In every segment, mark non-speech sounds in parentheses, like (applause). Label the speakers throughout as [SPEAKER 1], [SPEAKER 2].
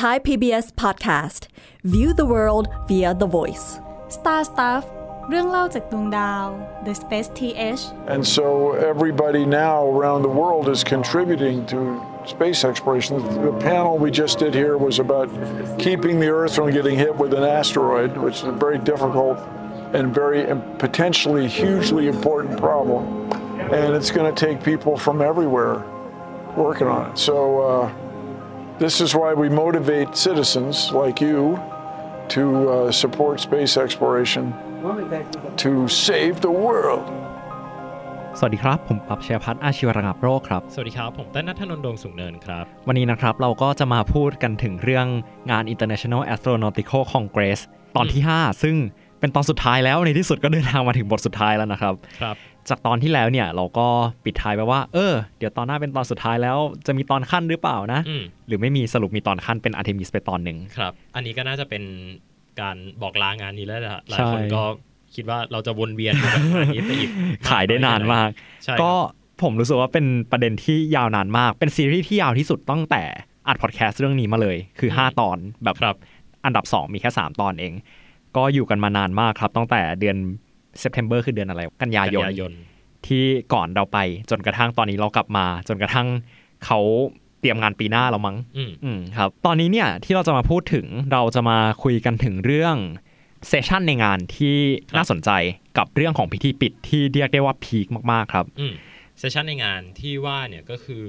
[SPEAKER 1] Thai PBS Podcast View the world via the voice
[SPEAKER 2] Star Stuff เรื่องเล่าจากดวงดาว The Space TH
[SPEAKER 3] And so everybody now around the world is contributing to space exploration. The panel we just did here was about keeping the Earth from getting hit with an asteroid, which is a very difficult and very im- potentially hugely important problem. And it's going to take people from everywhere working on it. So uh, this is why we motivate citizens like you to uh, support space exploration to save the world.
[SPEAKER 4] สวัสดีครับ ผมปับเชยพัฒน์อาชีวระงับโรคครับ
[SPEAKER 5] สวัสดีครับ ผมเต้นนัทธนนท์ดวงสูงเนินครับ
[SPEAKER 4] วันนี้นะครับเราก็จะมาพูดกันถึงเรื่องงาน International Astronautical Congress ตอนที่ 5 ซึ่งเป็นตอนสุดท้ายแล้วในที่สุดก็เดินทางมาถึงบทสุดท้ายแล้วนะครับ
[SPEAKER 5] ครับ
[SPEAKER 4] จากตอนที่แล้วเนี่ยเราก็ปิดท้ายไปว่า เออ เดี๋ยวตอนหน้าเป็นตอนสุดท้ายแล้ว จะมีตอนขั้นหรือเปล่านะ
[SPEAKER 5] อืม
[SPEAKER 4] หรือไม่มีสรุปมีตอนขั้นเป็นอาร์เทมิสไปตอนหนึ่ง
[SPEAKER 5] ครับ อันนี้ก็น่าจะเป็นการบอกลางานนี้แล้วแหละหลา
[SPEAKER 4] ใช่
[SPEAKER 5] ยคนก็คิดว่าเราจะวนเวียนอยู่กับงานนี้ไปอีก
[SPEAKER 4] (laughs) ขายได้นานมาก
[SPEAKER 5] ใช่ครับ
[SPEAKER 4] ก็ผมรู้สึกว่าเป็นประเด็นที่ยาวนานมาก เป็นซีรีส์ที่ยาวที่สุดตั้งแต่อัดพอดแคสต์เรื่องนี้มาเลย คือ 5 ตอนแบบ
[SPEAKER 5] ครับ
[SPEAKER 4] อันดับ 2 มีแค่ 3 ตอนเอง ก็อยู่กันมานานมากครับ ตั้งแต่เดือน September คือเดือนอะไร กันยายน
[SPEAKER 5] กันยายน
[SPEAKER 4] ที่ก่อนเราไปจนกระทั่งตอนนี้เรากลับมา จนกระทั่งเขาเตรียมงานปีหน้าเรามั้ง
[SPEAKER 5] อืม
[SPEAKER 4] อืมครับ ตอนนี้เนี่ยที่เราจะมาพูดถึงเราจะมาคุยกันถึงเรื่องเซสชันในงานที่น่าสนใจกับเรื่องของพิธีปิดที่เรียกได้ว่าพีคมากๆครับ
[SPEAKER 5] อืมเซสชันในงานที่ว่าเนี่ยก็คือ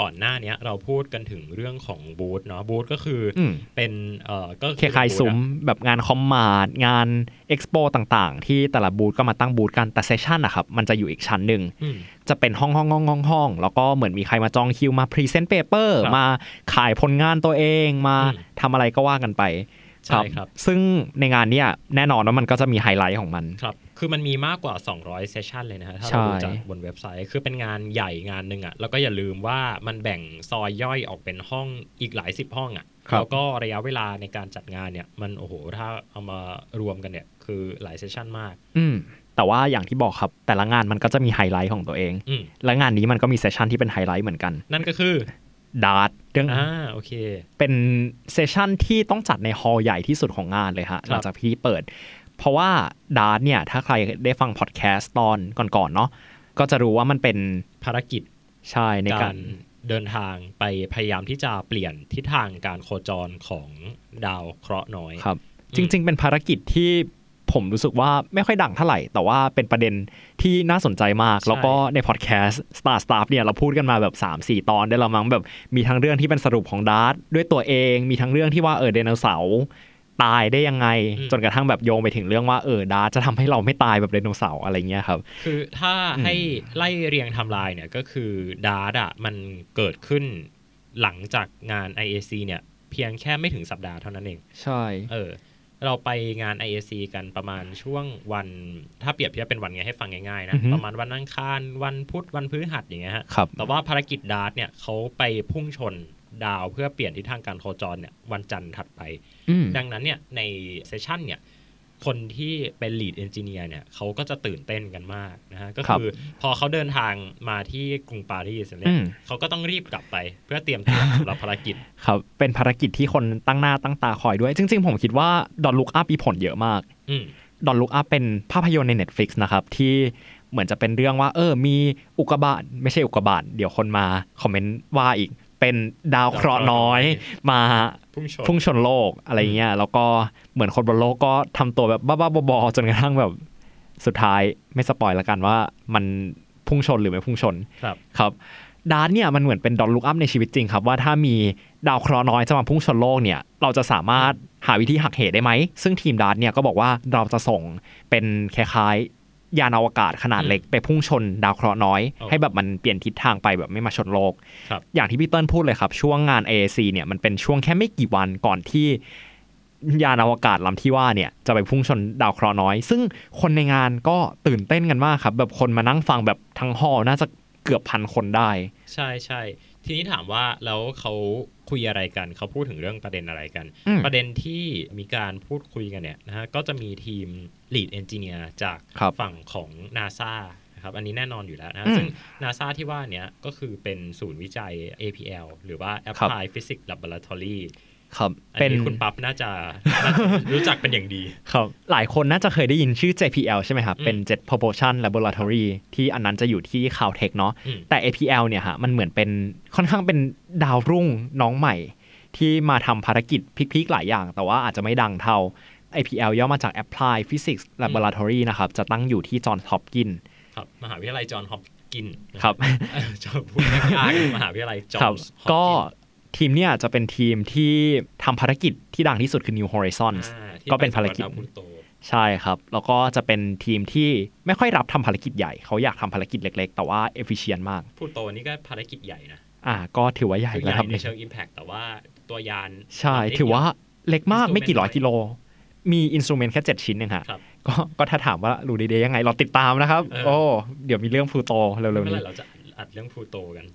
[SPEAKER 5] ก่อนหน้าเนี้ยเราพูดกันถึงเรื่องของบูธเนาะบูธก็คืออ
[SPEAKER 4] ม
[SPEAKER 5] เป็นเอ่อก็
[SPEAKER 4] คล้ายๆซุ้มแบบงานคอมมาดงานเอ็กซ์โปต่างๆ ที่แต่ละบูธก็มาตั้งบูธกันแต่เซสชันนะครับมันจะอยู่อีกชั้นหนึ่ง
[SPEAKER 5] อืม
[SPEAKER 4] จะเป็นห้องห้องห้องห้องห้องแล้วก็เหมือนมีใครมาจองคิวมาพรีเซนต์เปเปอร์
[SPEAKER 5] ครับ
[SPEAKER 4] มาขายผลงานตัวเองมา
[SPEAKER 5] อืม
[SPEAKER 4] ทำอะไรก็ว่ากันไป
[SPEAKER 5] ใช่ครับ
[SPEAKER 4] ซึ่งในงานเนี่ยแน่นอนว่ามันก็จะมีไฮไลท์ของมัน
[SPEAKER 5] ครับ คือมันมีมากกว่า 200 เซสชันเลยนะฮะถ้า
[SPEAKER 4] ใช่
[SPEAKER 5] เราดูจากบนเว็บไซต์ คือเป็นงานใหญ่งานหนึ่งอะ่ะ แล้วก็อย่าลืมว่ามันแบ่งซอยย่อยออกเป็นห้องอีกหลายสิบห้องอะ่ะ แล้วก็ระยะเวลาในการจัดงานเนี่ย มันโอ้โห ถ้าเอามารวมกันเนี่ย คือหลายเซสชันมาก
[SPEAKER 4] อืมแต่ว่าอย่างที่บอกครับแต่ละงานมันก็จะมีไฮไลท์ของตัวเอง
[SPEAKER 5] อืม
[SPEAKER 4] และงานนี้มันก็มีเซสชันที่เป็นไฮไลท์เหมือนกัน
[SPEAKER 5] นั่นก็คือ
[SPEAKER 4] ดาร์ตเรื่อง
[SPEAKER 5] อ่า โอเค
[SPEAKER 4] เป็นเซสชันที่ต้องจัดในฮอลล์ใหญ่ที่สุดของงานเลยฮะหลังจากพี่เปิด เพราะว่าดาร์ตเนี่ยถ้าใครได้ฟังพอดแคสต์ตอนก่อนๆเนาะก็จะรู้ว่ามันเป็น
[SPEAKER 5] ภารกิจ
[SPEAKER 4] ใช่ใน
[SPEAKER 5] กา
[SPEAKER 4] การ
[SPEAKER 5] รเดินทางไปพยายามที่จะเปลี่ยนทิศทางการโคจรของดาวเคราะห์น้อย
[SPEAKER 4] ครับ
[SPEAKER 5] อืม
[SPEAKER 4] จริง ๆ เป็นภารกิจที่ผมรู้สึกว่าไม่ค่อยดังเท่าไหร่ แต่ว่าเป็นประเด็นที่น่าสนใจมาก แล้วก็ในพอดแคสต์ Star Stuff เนี่ยเราพูดกันมาแบบ 3-4 ตอนได้และมั้งแบบมีทั้งเรื่องที่เป็นสรุปของดาร์ตด้วยตัวเอง มีทั้งเรื่องที่ว่าเออไดโนเสาร์ตายได้ยังไง จนกระทั่งแบบโยงไปถึงเรื่องว่าเออดาร์ตจะทำให้เราไม่ตายแบบไดโนเสาร์อะไรเงี้ยครับ
[SPEAKER 5] คือถ้าให้ไล่เรียงไทำลายเนี่ยก็คือดาร์ดอะมันเกิดขึ้นหลังจากงาน IAC เนี่ยเพียงแค่ไม่ถึงสัปดาห์เท่านั้นเอง
[SPEAKER 4] ใช่
[SPEAKER 5] เออ เราไปงาน IAC กันประมาณช่วงวัน ถ้าเปรียบเทียบเป็นวันไงให้ฟังง่ายๆนะ
[SPEAKER 4] อือฮึ
[SPEAKER 5] ประมาณวันอังคารวันพุธวันพฤหัสอย่างเงี้ยฮะ
[SPEAKER 4] ครับ
[SPEAKER 5] แต่ว่าภารกิจดาร์ตเนี่ยเขาไปพุ่งชนดาวเพื่อเปลี่ยนทิศทางการโคจรเนี่ยวันจันทร์ถัดไป
[SPEAKER 4] อืม
[SPEAKER 5] ดังนั้นเนี่ยในเซสชันเนี่ยคนที่เป็น lead engineer เนี่ยเขาก็จะตื่นเต้นกันมากนะฮะก็
[SPEAKER 4] ครับ
[SPEAKER 5] คือพอเขาเดินทางมาที่กรุงปารีส
[SPEAKER 4] อื
[SPEAKER 5] เนี่ย
[SPEAKER 4] ม
[SPEAKER 5] เขาก็ต้องรีบกลับไปเพื่อเตรียมตัวสำหรับภารกิจ
[SPEAKER 4] ครับเป็นภารกิจที่คนตั้งหน้าตั้งตาคอยด้วย จริง ๆ ผมคิดว่าดอนลุกอัพมีผลเยอะมาก
[SPEAKER 5] อืม
[SPEAKER 4] ดอนลุกอัพเป็นภาพยนตร์ใน Netflix นะครับ ที่เหมือนจะเป็นเรื่องว่า เออ มีอุกกาบาตไม่ใช่อุกกาบาตเดี๋ยวคนมาคอมเมนต์ว่าอีกเป็นดาวเคราะห์น้อย
[SPEAKER 5] ดาวเคราะห์น้อย
[SPEAKER 4] มา
[SPEAKER 5] พุ่งชน
[SPEAKER 4] พุ่งชนโลกอะไรเงี้ยแล้วก็เหมือนคนบนโลกก็ทำตัวแบบบ้าๆบอๆจนกระทั่งแบบสุดท้ายไม่สปอยละกันว่ามันพุ่งชนหรือไม่พุ่งชน
[SPEAKER 5] ครับ
[SPEAKER 4] ครับดาร์ตเนี่ยมันเหมือนเป็นดอนลุกอัพในชีวิตจริงครับว่าถ้ามีดาวเคราะห์น้อยจะมาพุ่งชนโลกเนี่ยเราจะสามารถหาวิธีหักเหได้ไหม ซึ่งทีมดาร์ตเนี่ยก็บอกว่าเราจะส่งเป็นคล้ายๆยานอวกาศขนาดเล็กไปพุ่งชนดาวเคราะห์น้อย
[SPEAKER 5] โอ้
[SPEAKER 4] ให้แบบมันเปลี่ยนทิศทางไปแบบไม่มาชนโลก
[SPEAKER 5] ครับ
[SPEAKER 4] อย่างที่พี่เติ้ลพูดเลยครับ ช่วงงาน AAC เนี่ยมันเป็นช่วงแค่ไม่กี่วันก่อนที่ ยานอวกาศลำที่ว่าเนี่ยจะไปพุ่งชนดาวเคราะห์น้อย ซึ่งคนในงานก็ตื่นเต้นกันมากครับ แบบคนมานั่งฟังแบบทั้งหอน่าจะเกือบพันคนได้
[SPEAKER 5] ใช่ใช่ทีนี้ถามว่าแล้วเขาคุยอะไรกันเขาพูดถึงเรื่องประเด็นอะไรกัน
[SPEAKER 4] อืม
[SPEAKER 5] ประเด็นที่มีการพูดคุยกันเนี่ยนะฮะก็จะมีทีม lead engineer จาก
[SPEAKER 4] ครับ
[SPEAKER 5] ฝั่งของ NASA นะครับอันนี้แน่นอนอยู่แล้วนะ
[SPEAKER 4] อืม
[SPEAKER 5] ซึ่ง NASA ที่ว่าเนี้ยก็คือเป็นศูนย์วิจัย APL หรือว่า Applied Physics Laboratory
[SPEAKER 4] ครับ
[SPEAKER 5] อัน
[SPEAKER 4] เป็น
[SPEAKER 5] นี้คุณปั๊บน่าจะน่าจะรู้จักเป็นอย่างดี
[SPEAKER 4] ครับหลายคนน่าจะเคยได้ยินชื่อ JPL ใช่ไหมครับ
[SPEAKER 5] อืม
[SPEAKER 4] เป็น Jet Propulsion Laboratory ที่อันนั้นจะอยู่ที่ Caltech เนาะ
[SPEAKER 5] อืม
[SPEAKER 4] แต่ APL เนี่ยฮะมันเหมือนเป็นค่อนข้างเป็นดาวรุ่งน้องใหม่ ที่มาทำภารกิจพลิกๆหลายอย่าง แต่ว่าอาจจะไม่ดังเท่า APL ย่อมาจาก Applied Physics Laboratory นะครับ จะตั้งอยู่ที่จอห์นฮอปกิน
[SPEAKER 5] ครับมหาวิทยาลัยจอห์นฮอปกินส์นะครับ (laughs) เอ่อชอบพูดยากๆมหาวิทยาลัยจอ
[SPEAKER 4] ครั
[SPEAKER 5] ห์
[SPEAKER 4] บ
[SPEAKER 5] นฮอป
[SPEAKER 4] ก็
[SPEAKER 5] กินส์
[SPEAKER 4] ทีมเนี่ยจะเป็นทีมที่ทำภารกิจที่ดังที่สุดคือ New Horizons
[SPEAKER 5] อ่าที่
[SPEAKER 4] ก็เป็นภารกิจ
[SPEAKER 5] ดวพลูโต
[SPEAKER 4] ใช่ครับ แล้วก็จะเป็นทีมที่ไม่ค่อยรับทำภารกิจใหญ่ เขาอยากทำภารกิจเล็ก ๆ แต่ว่า efficient มาก
[SPEAKER 5] พูดโตนี่ก็ภารกิจใหญ่นะ
[SPEAKER 4] อ่า ก็ถือว่าใหญ่
[SPEAKER 5] คือให
[SPEAKER 4] ระ
[SPEAKER 5] ญ่
[SPEAKER 4] ดับห
[SPEAKER 5] ใน
[SPEAKER 4] นึ่ง
[SPEAKER 5] เชิง Impact แต่ว่าตัวยาน
[SPEAKER 4] ใช่ ถือว่าเล็กมาก
[SPEAKER 5] instrument
[SPEAKER 4] ไม่กี่ร้อย
[SPEAKER 5] น้อย
[SPEAKER 4] กิโล มีอินส r u เมนต์แค่ 7 ชิ้นเองฮะ
[SPEAKER 5] ครับ
[SPEAKER 4] ก็ก็ถ้าถามว่ารู้ดีเดย์ยังไง เราติดตามนะครับ
[SPEAKER 5] เออ
[SPEAKER 4] โอ้ เดี๋ยวมีเรื่องพลูโตเร็ว
[SPEAKER 5] เมื่
[SPEAKER 4] ๆ
[SPEAKER 5] อไห
[SPEAKER 4] นี้
[SPEAKER 5] ร่เราจะอัดเรื่องพลูโต
[SPEAKER 4] (laughs)
[SPEAKER 5] กัน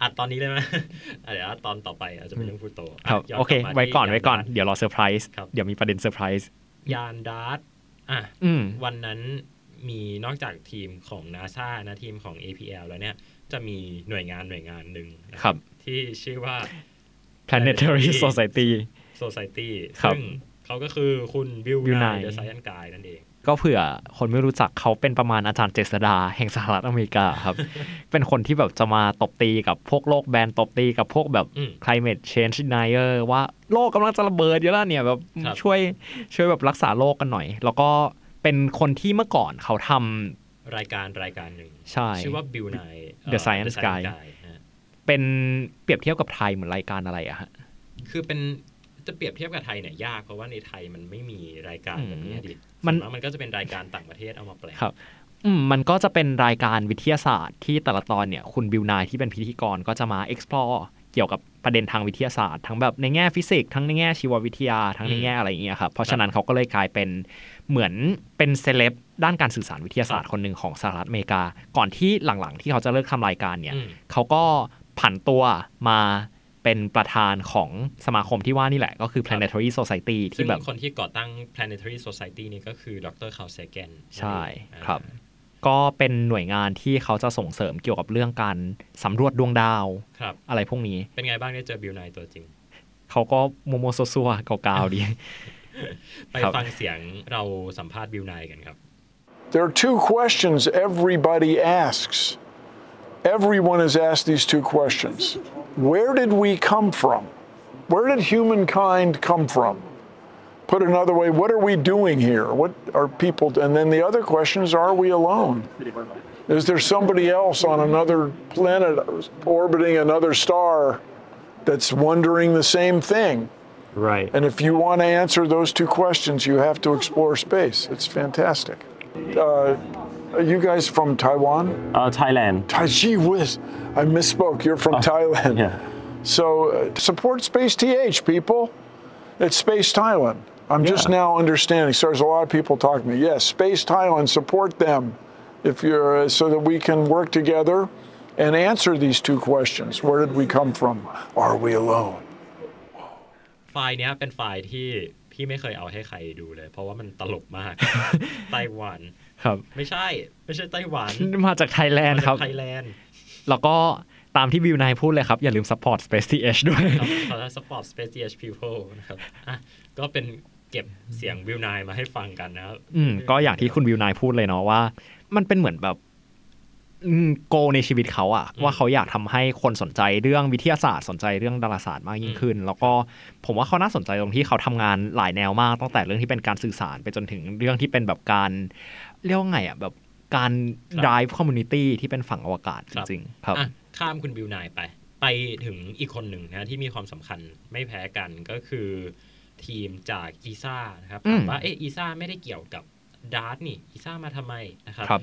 [SPEAKER 5] อัดตอนนี้เลยไหม (laughs) อ่ะเดี๋ยวตอนต่อไปอาจจะเป็นเรื่องพลูโตอ่ะ
[SPEAKER 4] ครับ
[SPEAKER 5] ย้น
[SPEAKER 4] โอเค
[SPEAKER 5] กลับมา
[SPEAKER 4] ไว้ก่อน
[SPEAKER 5] ที่
[SPEAKER 4] ไว้ก่อน
[SPEAKER 5] ยาดาร์
[SPEAKER 4] เดี๋ยวรอเซอร์ไพรส์
[SPEAKER 5] ครับ
[SPEAKER 4] เดี๋ยวมีประเด็นเซอร์ไพรส์
[SPEAKER 5] ตยานดาร์ตอ่ะ
[SPEAKER 4] อืม
[SPEAKER 5] วันนั้นมีนอกจากทีมของ NASA นะทีมของ APL แล้วเนี่ย จะมีหน่วยงานหน่วยงานหนึ่งนะครับ ที่ชื่อว่า
[SPEAKER 4] planetary
[SPEAKER 5] Planetary
[SPEAKER 4] society
[SPEAKER 5] Society
[SPEAKER 4] ครับ
[SPEAKER 5] ซึ่งเขาก็คือคุณวิว
[SPEAKER 4] Bill
[SPEAKER 5] นาย
[SPEAKER 4] Nye
[SPEAKER 5] เดอะไซแอนกายนั่นเอง
[SPEAKER 4] ก็เผื่อคนไม่รู้จักเขาเป็นประมาณอาจารย์เจษดาแห่งสหรัฐอเมริกา
[SPEAKER 5] (laughs)
[SPEAKER 4] ครับ เป็นคนที่แบบจะมาตบตีกับพวกโลกแบนตบตีกับพวกแบบ
[SPEAKER 5] อืม
[SPEAKER 4] climate change denier ว่าโลกกำลังจะระเบิดอยู่แล้วเนี่ยแบบ
[SPEAKER 5] ครับ
[SPEAKER 4] ช่วยช่วยแบบรักษาโลกกันหน่อย แล้วก็เป็นคนที่เมื่อก่อนเขาทำ
[SPEAKER 5] รายการรายการหนึ่ง
[SPEAKER 4] ใช่
[SPEAKER 5] ชื่อว่าบิวนาย
[SPEAKER 4] The Science Guy เป็นเปรียบเทียบกับไทยเหมือนรายการอะไรอะฮะ
[SPEAKER 5] คือเป็นจะเปรียบเทียบกับไทยเนี่ยยากเพราะว่าในไทยมันไม่มีรายการ
[SPEAKER 4] อืม
[SPEAKER 5] แบบนี้ดิ
[SPEAKER 4] มั
[SPEAKER 5] มัน นมันก็จะเป็นรายการต่างประเทศเอามาแปล
[SPEAKER 4] ครับ อืมมันก็จะเป็นรายการวิทยาศาสตร์ที่แต่ละตอนเนี่ยคุณบิวนายที่เป็นพิธีกรก็จะมา explore เกี่ยวกับประเด็นทางวิทยาศาสตร์ทั้งแบบในแง่ฟิสิกส์ทั้งในแง่ชีววิทยาทั้งในแง่อะไรอย่างเงี้ยครับเพราะฉะนั้นเขาก็เลยกลายเป็นเหมือนเป็นเซเลบด้านการสื่อสารวิทยาศาสตร์คนหนึ่งของสหรัฐอเมริกา ก่อนที่หลังๆ ที่เขาจะเลิกทำรายการเนี่ย
[SPEAKER 5] อืม
[SPEAKER 4] เขาก็ผันตัวมาเป็นประธานของสมาคมที่ว่านี่แหละก็คือ Planetary Society
[SPEAKER 5] ซึ่
[SPEAKER 4] ที่
[SPEAKER 5] ง
[SPEAKER 4] แบบ
[SPEAKER 5] คนที่ก่อตั้ง Planetary Society นี่ก็คือดรคา r เซเกน
[SPEAKER 4] ใช่ครับ ก็เป็นหน่วยงานที่เขาจะส่งเสริมเกี่ยวกับเรื่องการสำรวจดวงดาว
[SPEAKER 5] ครับ
[SPEAKER 4] อะไรพวกนี้
[SPEAKER 5] เป็นไงบ้างได้เจอบิวนายตัวจริง
[SPEAKER 4] เขาก็โมโมโซซัวๆเกาวๆดี
[SPEAKER 5] ไป
[SPEAKER 4] ครับ
[SPEAKER 5] ฟังเสียงเราสัมภาษณ์บิวนายกันครับ
[SPEAKER 3] There are two questions everybody asks. Everyone has asked these two questions Where did we come from? Where did humankind come from? Put another way, what are we doing here? What are people, and then the other question is, are we alone? Is there somebody else on another planet orbiting another star that's wondering the same thing?
[SPEAKER 6] Right.
[SPEAKER 3] And if you want to answer those two questions, you have to explore space. It's fantastic. Uh, are you guys from Taiwan?
[SPEAKER 6] Uh, Thailand. Oh,
[SPEAKER 3] Tai Chi Whiz. I misspoke. You're from Thailand.
[SPEAKER 6] Yeah.
[SPEAKER 3] So uh, support Space TH, people. It's Space Thailand. I'm just
[SPEAKER 6] Yeah.
[SPEAKER 3] now understanding. So there's a lot of people talking to me. Yes, Space Thailand, support them if you're uh, so that we can work together and answer these two questions. Where did we come from? Are we alone?
[SPEAKER 5] ไฟล์เนี้ยเป็นไฟล์ที่พี่ไม่เคยเอาให้ใครดูเลย เพราะว่ามันตลกมาก
[SPEAKER 4] (laughs)
[SPEAKER 5] ไต้หวัน
[SPEAKER 4] ครับ
[SPEAKER 5] ไม่ใช่ ไม่ใช่ไต้หวัน
[SPEAKER 4] มาจากไทยแลนด์
[SPEAKER 5] มา
[SPEAKER 4] ค
[SPEAKER 5] จา
[SPEAKER 4] รับ
[SPEAKER 5] กไทยแลนด์
[SPEAKER 4] แล้วก็ตามที่บิวนายพูดเลยครับ อย่าลืม support Space TH ด้วย
[SPEAKER 5] ครับขอสปอร์ตสเปซเอชพิวโนะครับอ่ะก็เป็นเก็บเสียงบิวนายมาให้ฟังกันนะครับ
[SPEAKER 4] อืมก็อย่างที่คุณวิวนายพูดเลยเนาะว่า มันเป็นเหมือนแบบโกในชีวิตเขาอะว่าเขาอยากทำให้คนสนใจเรื่องวิทยาศาสตร์สนใจเรื่องดาราศาสตร์มากยิ่งขึ้น แล้วก็ผมว่าเขาน่าสนใจตรงที่เขาทำงานหลายแนวมากตั้งแต่เรื่องที่เป็นการสื่อสารไปจนถึงเรื่องที่เป็นแบบการเรียกว่าไงอะแบบการ
[SPEAKER 5] ครับ
[SPEAKER 4] drive community ที่เป็นฝั่งอวกาศจ
[SPEAKER 5] ครับ
[SPEAKER 4] ริงๆครับ
[SPEAKER 5] อ่ะข้ามคุณบิวนายไป ไปถึงอีกคนหนึ่งนะที่มีความสำคัญไม่แพ้กันก็คือทีมจากอีซ่านะครับ
[SPEAKER 4] อืม
[SPEAKER 5] ถามว่าเอออีซ่าไม่ได้เกี่ยวกับดาร์ตนี่อีซ่ามาทำไมนะครับ
[SPEAKER 4] ครับ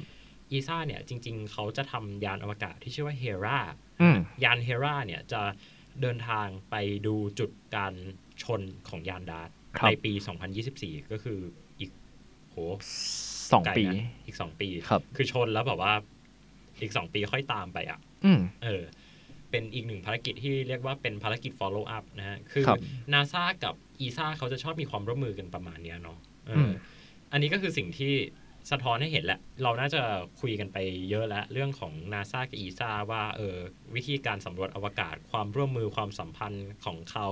[SPEAKER 5] อีซ่าเนี่ยจริง ๆ เขาจะทำยานอวกาศที่ชื่อว่าเฮรา
[SPEAKER 4] อืม
[SPEAKER 5] ยานเฮราเนี่ยจะเดินทางไปดูจุดการชนของยานดาร์ต
[SPEAKER 4] ครับ
[SPEAKER 5] ในปี 2024 ก็คืออีกโห
[SPEAKER 4] สอง
[SPEAKER 5] ไกลนะ
[SPEAKER 4] ปี
[SPEAKER 5] อีกสองปี
[SPEAKER 4] ครับ
[SPEAKER 5] คือชนแล้วแบบว่าอีกสองปีค่อยตามไปอ่ะ
[SPEAKER 4] อืม
[SPEAKER 5] เออ เป็นอีกหนึ่งภารกิจที่เรียกว่าเป็นภารกิจ follow up นะฮะ คือ
[SPEAKER 4] ครับ
[SPEAKER 5] NASA กับ ESA เขาจะชอบมีความร่วมมือกันประมาณเนี้ยเนาะเอออ
[SPEAKER 4] ม
[SPEAKER 5] อันนี้ก็คือสิ่งที่สะท้อนให้เห็นแหละ เราน่าจะคุยกันไปเยอะแล้ว เรื่องของ NASA กับ ESA ว่าเออวิธีการสำรวจอวกาศ ความร่วมมือความสัมพันธ์ของเขา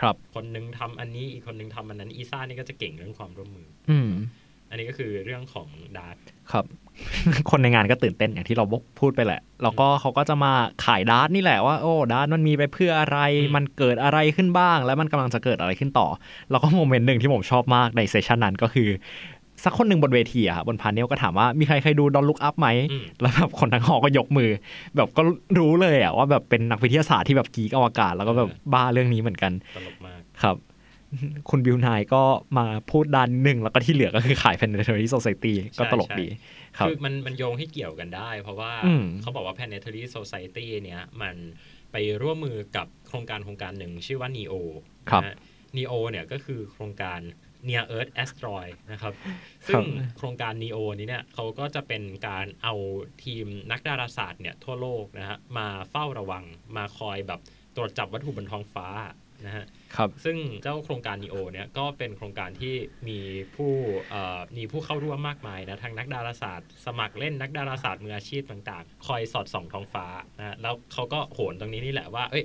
[SPEAKER 4] ครับ
[SPEAKER 5] คนหนึงทำอันนี้อีกคนหนึงทำอันนั้นอีซ่านี่ก็จะเก่งเรื่องความร่วมมือ
[SPEAKER 4] อืม
[SPEAKER 5] อันนี้ก็คือเรื่องของดาร์ก
[SPEAKER 4] ครับ (laughs) คนในงานก็ตื่นเต้นอย่างที่เราบอกพูดไปแหละ แล้วก็เขาก็จะมาขายดาร์ตนี่แหละว่าโอ้ดาร์ตมันมีไปเพื่ออะไร มันเกิดอะไรขึ้นบ้าง แล้วมันกำลังจะเกิดอะไรขึ้นต่อ แล้วก็โมเมนต์หนึ่งที่ผมชอบมากในเซสชันนั้นก็คือ สักคนหนึ่งบนเวทีอะบนพาเนลก็ถามว่ามีใครเคยดูดอนลุกอัพไหม
[SPEAKER 5] อืม
[SPEAKER 4] แล้วแบบคนทั้งหอก็ยกมือ แบบก็รู้เลยอะว่าแบบเป็นนักวิทยาศาสตร์ที่แบบกีกอวกาศ แล้วก็แบบ
[SPEAKER 5] เออ
[SPEAKER 4] บ้าเรื่องนี้เหมือนกัน
[SPEAKER 5] ตลกมาก
[SPEAKER 4] ครับ (laughs) คุณบิวนายก็มาพูดด้านหนึ่ง แล้วก็ที่เหลือก็คือขาย Planetary Society ก็ตลกดีครับ
[SPEAKER 5] คือมันมันโยงให้เกี่ยวกันได้ เพราะว่า
[SPEAKER 4] อืม
[SPEAKER 5] เขาบอกว่า Planetary Society เนี่ย มันไปร่วมมือกับโครงการโครงการหนึ่งชื่อว่า NEO
[SPEAKER 4] ครับ
[SPEAKER 5] นะฮะ NEO เนี่ยก็คือโครงการ Near Earth Asteroid นะครับ ซึ่งโครงการ NEO นี้เนี่ยเขาก็จะเป็นการเอาทีมนักดาราศาสตร์เนี่ยทั่วโลกนะฮะมาเฝ้าระวังมาคอยแบบตรวจจับวัตถุบนท้องฟ้านะฮะ
[SPEAKER 4] ครับ
[SPEAKER 5] ซึ่งเจ้าโครงการ NEO เนี่ยก็เป็นโครงการที่มีผู้เอ่อมีผู้เข้าร่วมมากมายนะทางนักดาราศาสตร์ สมัครเล่นนักดาราศาสตร์มืออาชีพต่างๆ คอยสอดส่องท้องฟ้านะแล้วเขาก็โหนตรงนี้นี่แหละว่า เอ้ย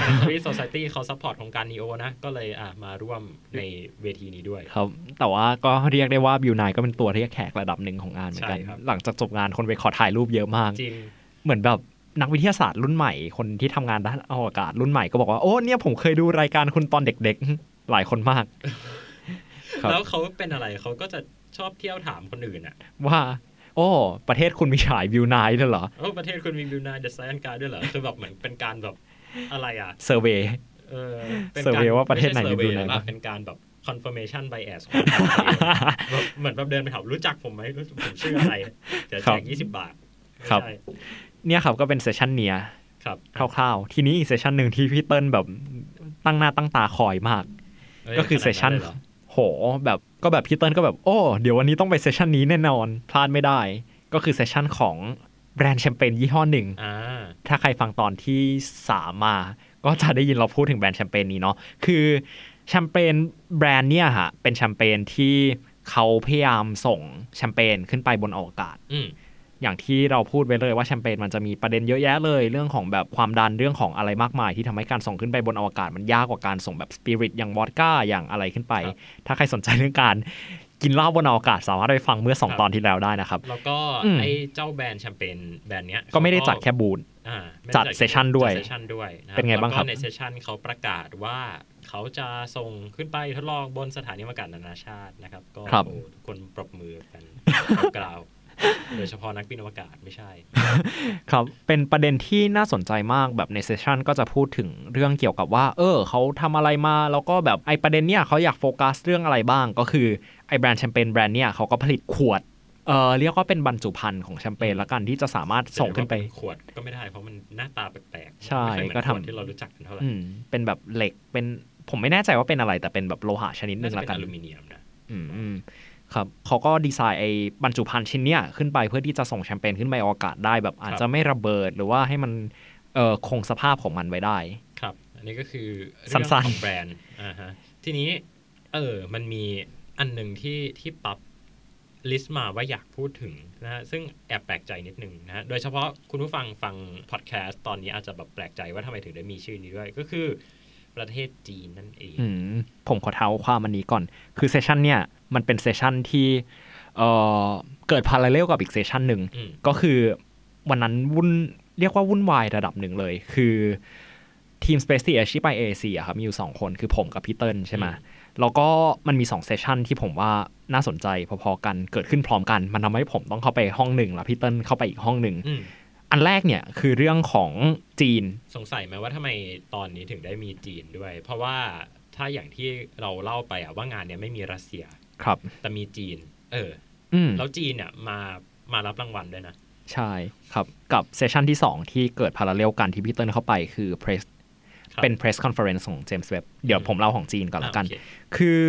[SPEAKER 5] Planetary Society เขาซัพพอร์ตโครงการ NEO นะ ก็เลยอ่ะมาร่วมในเวทีนี้ด้วย
[SPEAKER 4] ครับ แต่ว่าก็เรียกได้ว่าบิวนายก็เป็นตัวเรียกแขกระดับหนึ่งของงานเหมือนกัน
[SPEAKER 5] ใช่ครับ
[SPEAKER 4] หลังจากจบงานคนไปขอถ่ายรูปเยอะมาก
[SPEAKER 5] จริง
[SPEAKER 4] เหมือนแบบนักวิทยาศาสตร์รุ่นใหม่ คนที่ทำงานด้านอวกาศรุ่นใหม่ก็บอกว่า โอ้เนี่ยผมเคยดูรายการคุณตอนเด็กๆ หลายคนมาก ครับ
[SPEAKER 5] แล้วเขาเป็นอะไรเขาก็จะชอบเที่ยวถามคนอื่นอ่ะ
[SPEAKER 4] ว่า โอ้ ประเทศคุณมีฉายบิวนายด้วยเหรอ
[SPEAKER 5] เอ้าประเทศคุณมีบิวนาเดอะไซแอนการด้วยเหรอคือแบบเหมือนเป็นการแบบอะไรอ่ะ
[SPEAKER 4] เซอร์เวย
[SPEAKER 5] เออป็นก
[SPEAKER 4] Survey ว่าประเทศไหน
[SPEAKER 5] ม่
[SPEAKER 4] อ
[SPEAKER 5] ใช่
[SPEAKER 4] ยู่
[SPEAKER 5] survey
[SPEAKER 4] ไหน
[SPEAKER 5] แล้ว
[SPEAKER 4] บ้าง
[SPEAKER 5] อะเป็นการแบบ confirmation bias ของตัวเองแบบเหมือนแบบเดินไปถามรู้จักผมไหมรู้จักผมชื่ออะไร เดี๋ยวแจกยี่สิบบาทไม่
[SPEAKER 4] ครับ
[SPEAKER 5] ใช่
[SPEAKER 4] เนี่ยครับก็เป็นเซสชันเนีย
[SPEAKER 5] ครับ
[SPEAKER 4] คร่าวๆ ทีนี้อีกเซสชันหนึ่งที่พี่เติ้ลแบบตั้งหน้าตั้งตาคอยมาก
[SPEAKER 5] ย
[SPEAKER 4] ก็คือเซสชัน
[SPEAKER 5] ขาดลยหรอ
[SPEAKER 4] โหแบบก็แบบพี่เติ้ลก็แบบโอ้เดี๋ยววันนี้ต้องไปเซสชันนี้แน่นอน พลาดไม่ได้ ก็คือเซสชันของแบรนด์แชมเปญยี่ห้อหนึ่ง
[SPEAKER 5] อ่า
[SPEAKER 4] ถ้าใครฟังตอนที่สามมา ก็จะได้ยินเราพูดถึงแบรนด์แชมเปญนี้เนาะคือแชมเปญแบรนด์เนี่ยฮะเป็นแชมเปญที่เขาพยายามส่งแชมเปญขึ้นไปบนอวกาศ
[SPEAKER 5] อืม
[SPEAKER 4] อย่างที่เราพูดไปเลยว่าแชมเปญมันจะมีประเด็นเยอะแยะเลย เรื่องของแบบความดันเรื่องของอะไรมากมาย ที่ทำให้การส่งขึ้นไปบนอวกาศมันยากกว่าการส่งแบบสปิริตอย่างวอดก้าอย่างอะไรขึ้นไป
[SPEAKER 5] ครับ
[SPEAKER 4] ถ้าใครสนใจเรื่องการกินเหล้าบนอวกาศสามารถไปฟังเมื่อสอง
[SPEAKER 5] ครับ
[SPEAKER 4] ตอนที่แล้วได้นะครับ
[SPEAKER 5] แล้วก็
[SPEAKER 4] อืม
[SPEAKER 5] ไอ้เจ้าแบรนด์แชมเปญแบรนด์เนี้ย
[SPEAKER 4] ก็ไม่ได้จัดแค่บูธ
[SPEAKER 5] อ่าไม่ไ
[SPEAKER 4] จัดเซสชันด้วย
[SPEAKER 5] จัเซสชันด้วยะ
[SPEAKER 4] เป็นไงบ้างครับ
[SPEAKER 5] แล้วก็ในเซสชันเขาประกาศว่าเขาจะส่งขึ้นไปทดลองบนสถานีอวกาศนานาชาตินะครับ ก็
[SPEAKER 4] ครับ
[SPEAKER 5] โอ้ทุกคนปรบมือ
[SPEAKER 4] (laughs)
[SPEAKER 5] กันกล่าวโดยเฉพาะนักบินอวกาศไม่ใช่
[SPEAKER 4] ครับ เป็นประเด็นที่น่าสนใจมากแบบในเซสชันก็จะพูดถึงเรื่องเกี่ยวกับว่า เออเขาทำอะไรมาแล้วก็แบบไอประเด็นเนี่ยเขาอยากโฟกัสเรื่องอะไรบ้างก็คือไอแบรนด์แชมเปญแบรนด์เนี่ยเขาก็ผลิตขวดเออเรียกว่าเป็นบรรจุภัณฑ์ของแชมเปญละกันที่จะสามารถส่งขึ้นไป
[SPEAKER 5] เดี๋ยวว่าเป็ขวดก็ไม่ได้เพราะมันหน้าตาแปลกๆ
[SPEAKER 4] ใช่
[SPEAKER 5] ไม่ค่อยเหมือน
[SPEAKER 4] ก็ทำ
[SPEAKER 5] ขวดที่เรารู้จักกันเท่าไหร่
[SPEAKER 4] อืมเป็นแบบเหล็กเป็นผมไม่แน่ใจว่าเป็นอะไรแต่เป็นแบบโลหะชนิดห
[SPEAKER 5] น่า
[SPEAKER 4] นึ่
[SPEAKER 5] จะ
[SPEAKER 4] งละ
[SPEAKER 5] เป็น
[SPEAKER 4] กั
[SPEAKER 5] อน ลูมิเนียมนะ
[SPEAKER 4] อืมอืมครับเขาก็ดีไซน์ไอ้บรรจุภัณฑ์ชิ้นเนี้ยขึ้นไปเพื่อที่จะส่งแชมเปญขึ้นไปอวกาศได้แบบอาจจะไม่ระเบิดหรือว่าให้มันเออคงสภาพของมันไว้ได้
[SPEAKER 5] ครับ อันนี้ก็คือ
[SPEAKER 4] สั้
[SPEAKER 5] เรื่
[SPEAKER 4] นๆ
[SPEAKER 5] ของแบรนด์อ่าฮะทีนี้เออมันมีอันหนึ่งที่ที่ปั๊บลิสต์มาว่าอยากพูดถึงนะฮะซึ่งแอบแปลกใจนิดนึงนะฮะโดยเฉพาะคุณผู้ฟังฟังพอดแคสต์ตอนนี้อาจจะแบบแปลกใจว่าทำไมถึงได้มีชื่อนี้ด้วย ก็คือประเทศจีนนั่นเอง
[SPEAKER 4] อืมผมขอเท้าความอันนี้ก่อน คือเซสชันเนี่ยมันเป็นเซสชันที่เอ่อเกิดพาราเลลกับอีกเซสชันหนึ่ง
[SPEAKER 5] อืม
[SPEAKER 4] ก็คือวันนั้นวุ่นเรียกว่าวุ่นวายระดับหนึ่งเลย คือทีม Space t ที่ไปเอเชียครับ มีอยู่ 2 คนคือผมกับพี่เติ้ลใช่ไหม
[SPEAKER 5] อืม
[SPEAKER 4] แล้วก็มันมี 2 เซสชันที่ผมว่าน่าสนใจพอๆกันเกิดขึ้นพร้อมกัน มันทำให้ผมต้องเข้าไปห้องหนึ่งแล้วพี่เติ้ลเข้าไปอีกห้องหนึ่ง
[SPEAKER 5] อืม
[SPEAKER 4] อันแรกเนี่ยคือเรื่องของจีน
[SPEAKER 5] สงสัยไหมว่าทำไมตอนนี้ถึงได้มีจีนด้วย เพราะว่าถ้าอย่างที่เราเล่าไปอะว่างานเนี้ยไม่มีรัสเซีย
[SPEAKER 4] ครับ
[SPEAKER 5] แต่มีจีน เออ
[SPEAKER 4] อืม
[SPEAKER 5] แล้วจีนเนี่ยมา มารับรางวัลด้วยนะ
[SPEAKER 4] ใช่ครับ กับเซสชันที่ 2 ที่เกิดพาราเลลกันที่พี่เติ้ลเข้าไปคือ press
[SPEAKER 5] ครับ
[SPEAKER 4] เป็น press conference ของ James Webb เดี๋ยว
[SPEAKER 5] อืม
[SPEAKER 4] ผมเล่าของจีนก่อนละกัน
[SPEAKER 5] อ่าโอเค
[SPEAKER 4] คือ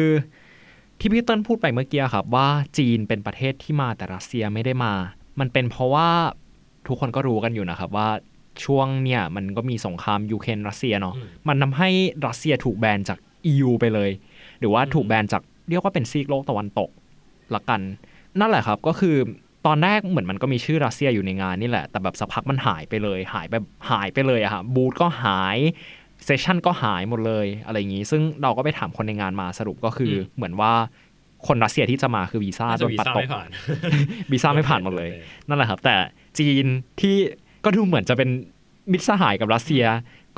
[SPEAKER 4] ที่พี่เติ้ลพูดไปเมื่อกี้ครับ ว่าจีนเป็นประเทศที่มาแต่รัสเซียไม่ได้มา มันเป็นเพราะว่าทุกคนก็รู้กันอยู่นะครับว่าช่วงเนี่ยมันก็มีสงครามยูเครนรัสเซียเนาะ
[SPEAKER 5] อืม
[SPEAKER 4] มันทำให้รัสเซียถูกแบนจาก EU ไปเลย หรือว่า
[SPEAKER 5] อืม
[SPEAKER 4] ถูกแบนจากเรียกว่าเป็นซีกโลกตะวันตกละกัน นั่นแหละครับก็คือตอนแรกเหมือนมันก็มีชื่อรัสเซียอยู่ในงานนี่แหละ แต่แบบสักพักมันหายไปเลย หายแบบหายไปเลยอะฮะบูธก็หาย เซสชันก็หายหมดเลยอะไรอย่างนี้ ซึ่งเราก็ไปถามคนในงานมาสรุปก็คืออ
[SPEAKER 5] ม
[SPEAKER 4] เหมือนว่าคนรัสเซียที่จะมาคือวีซ่า
[SPEAKER 5] น่า
[SPEAKER 4] โด
[SPEAKER 5] จะ
[SPEAKER 4] น
[SPEAKER 5] วี
[SPEAKER 4] ตัด
[SPEAKER 5] ซ่า
[SPEAKER 4] ตก
[SPEAKER 5] ไม่
[SPEAKER 4] (laughs)
[SPEAKER 5] ผ่าน
[SPEAKER 4] วีซ่าไม่ผ่านหมดเลย นั่นแหละครับ แต่จีนที่ก็ดูเหมือนจะเป็นมิตรสหายกับรัสเซีย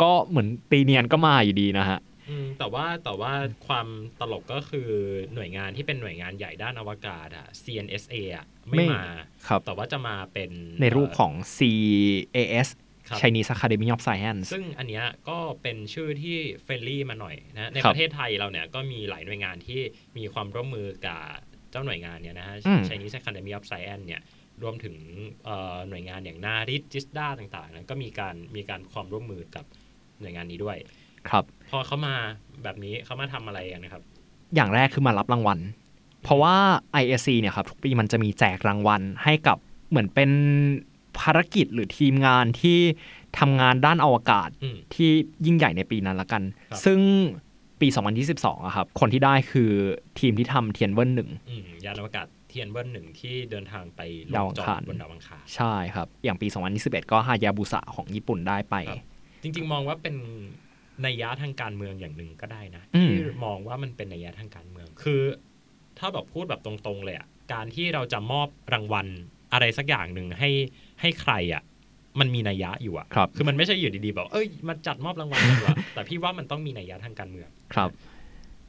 [SPEAKER 4] ก็เหมือนตีเนียนก็มาอยู่ดีนะฮะ
[SPEAKER 5] อืมแต่ว่าแต่ว่าความตลกก็คือหน่วยงานที่เป็นหน่วยงานใหญ่ด้านอวกาศอะ CNSA อะ
[SPEAKER 4] ไม่
[SPEAKER 5] ไม่มา
[SPEAKER 4] ครับ
[SPEAKER 5] แต่ว่าจะมาเป็น
[SPEAKER 4] ในรูปข
[SPEAKER 5] เ
[SPEAKER 4] อง CAS
[SPEAKER 5] ครับ
[SPEAKER 4] Chinese Academy of Science
[SPEAKER 5] อซึ่งอันเนี้ยก็เป็นชื่อที่เฟรนลี่มาหน่อยนะใน
[SPEAKER 4] ครั
[SPEAKER 5] ป
[SPEAKER 4] บ
[SPEAKER 5] ระเทศไทยเราเนี่ยก็มีหลายหน่วยงานที่มีความร่วมมือกับเจ้าหน่วยงานเนี่ยนะฮะ
[SPEAKER 4] อืม
[SPEAKER 5] Chinese Academy of Science เนี่ยรวมถึงเอ่อหน่วยงานอย่างนาริจิสดาต่างๆนะก็มีการมีการความร่วมมือกับหน่วยงานนี้ด้วย
[SPEAKER 4] ครับ
[SPEAKER 5] พอเขามาแบบนี้เขามาทำอะไรกันนะครับ
[SPEAKER 4] อย่างแรกคือมารับรางวัล เพราะว่า ISC เนี่ยครับทุกปีมันจะมีแจกรางวัลให้กับเหมือนเป็นภารกิจหรือทีมงานที่ทำงานด้านอวกาศ
[SPEAKER 5] อืม
[SPEAKER 4] ที่ยิ่งใหญ่ในปีนั้นละกัน
[SPEAKER 5] ครับ
[SPEAKER 4] ซึ่งปี 2022อะครับ คนที่ได้คือทีมที่ทำเทียนเวิร์นหนึ่ง
[SPEAKER 5] อืมยานอวกาศเทียนเวิร์นหนึ่งที่เดินทางไปล
[SPEAKER 4] ดาว
[SPEAKER 5] ง
[SPEAKER 4] อัง
[SPEAKER 5] จอ
[SPEAKER 4] คาร
[SPEAKER 5] ดบนดาวอังคาร
[SPEAKER 4] ใช่ครับ อย่างปี 2021 ก็ฮายาบุสะของญี่ปุ่นได้ไป
[SPEAKER 5] ครับ จริง ๆ มองว่าเป็นนัยยะทางการเมืองอย่างหนึ่งก็ได้นะ
[SPEAKER 4] อืม
[SPEAKER 5] ที่มองว่ามันเป็นนัยยะทางการเมือง คือ ถ้าแบบพูดแบบตรงๆเลยอ่ะการที่เราจะมอบรางวัลอะไรสักอย่างหนึ่งให้ให้ใครอ่ะมันมีนัยยะอยู่อ่ะ
[SPEAKER 4] ครับ
[SPEAKER 5] คือมันไม่ใช่อยู่ดีๆแบบเอ้ยมาจัดมอบรางวัลกันดีกว่า (laughs) แต่พี่ว่ามันต้องมีนัยยะทางการเมือง
[SPEAKER 4] ครับ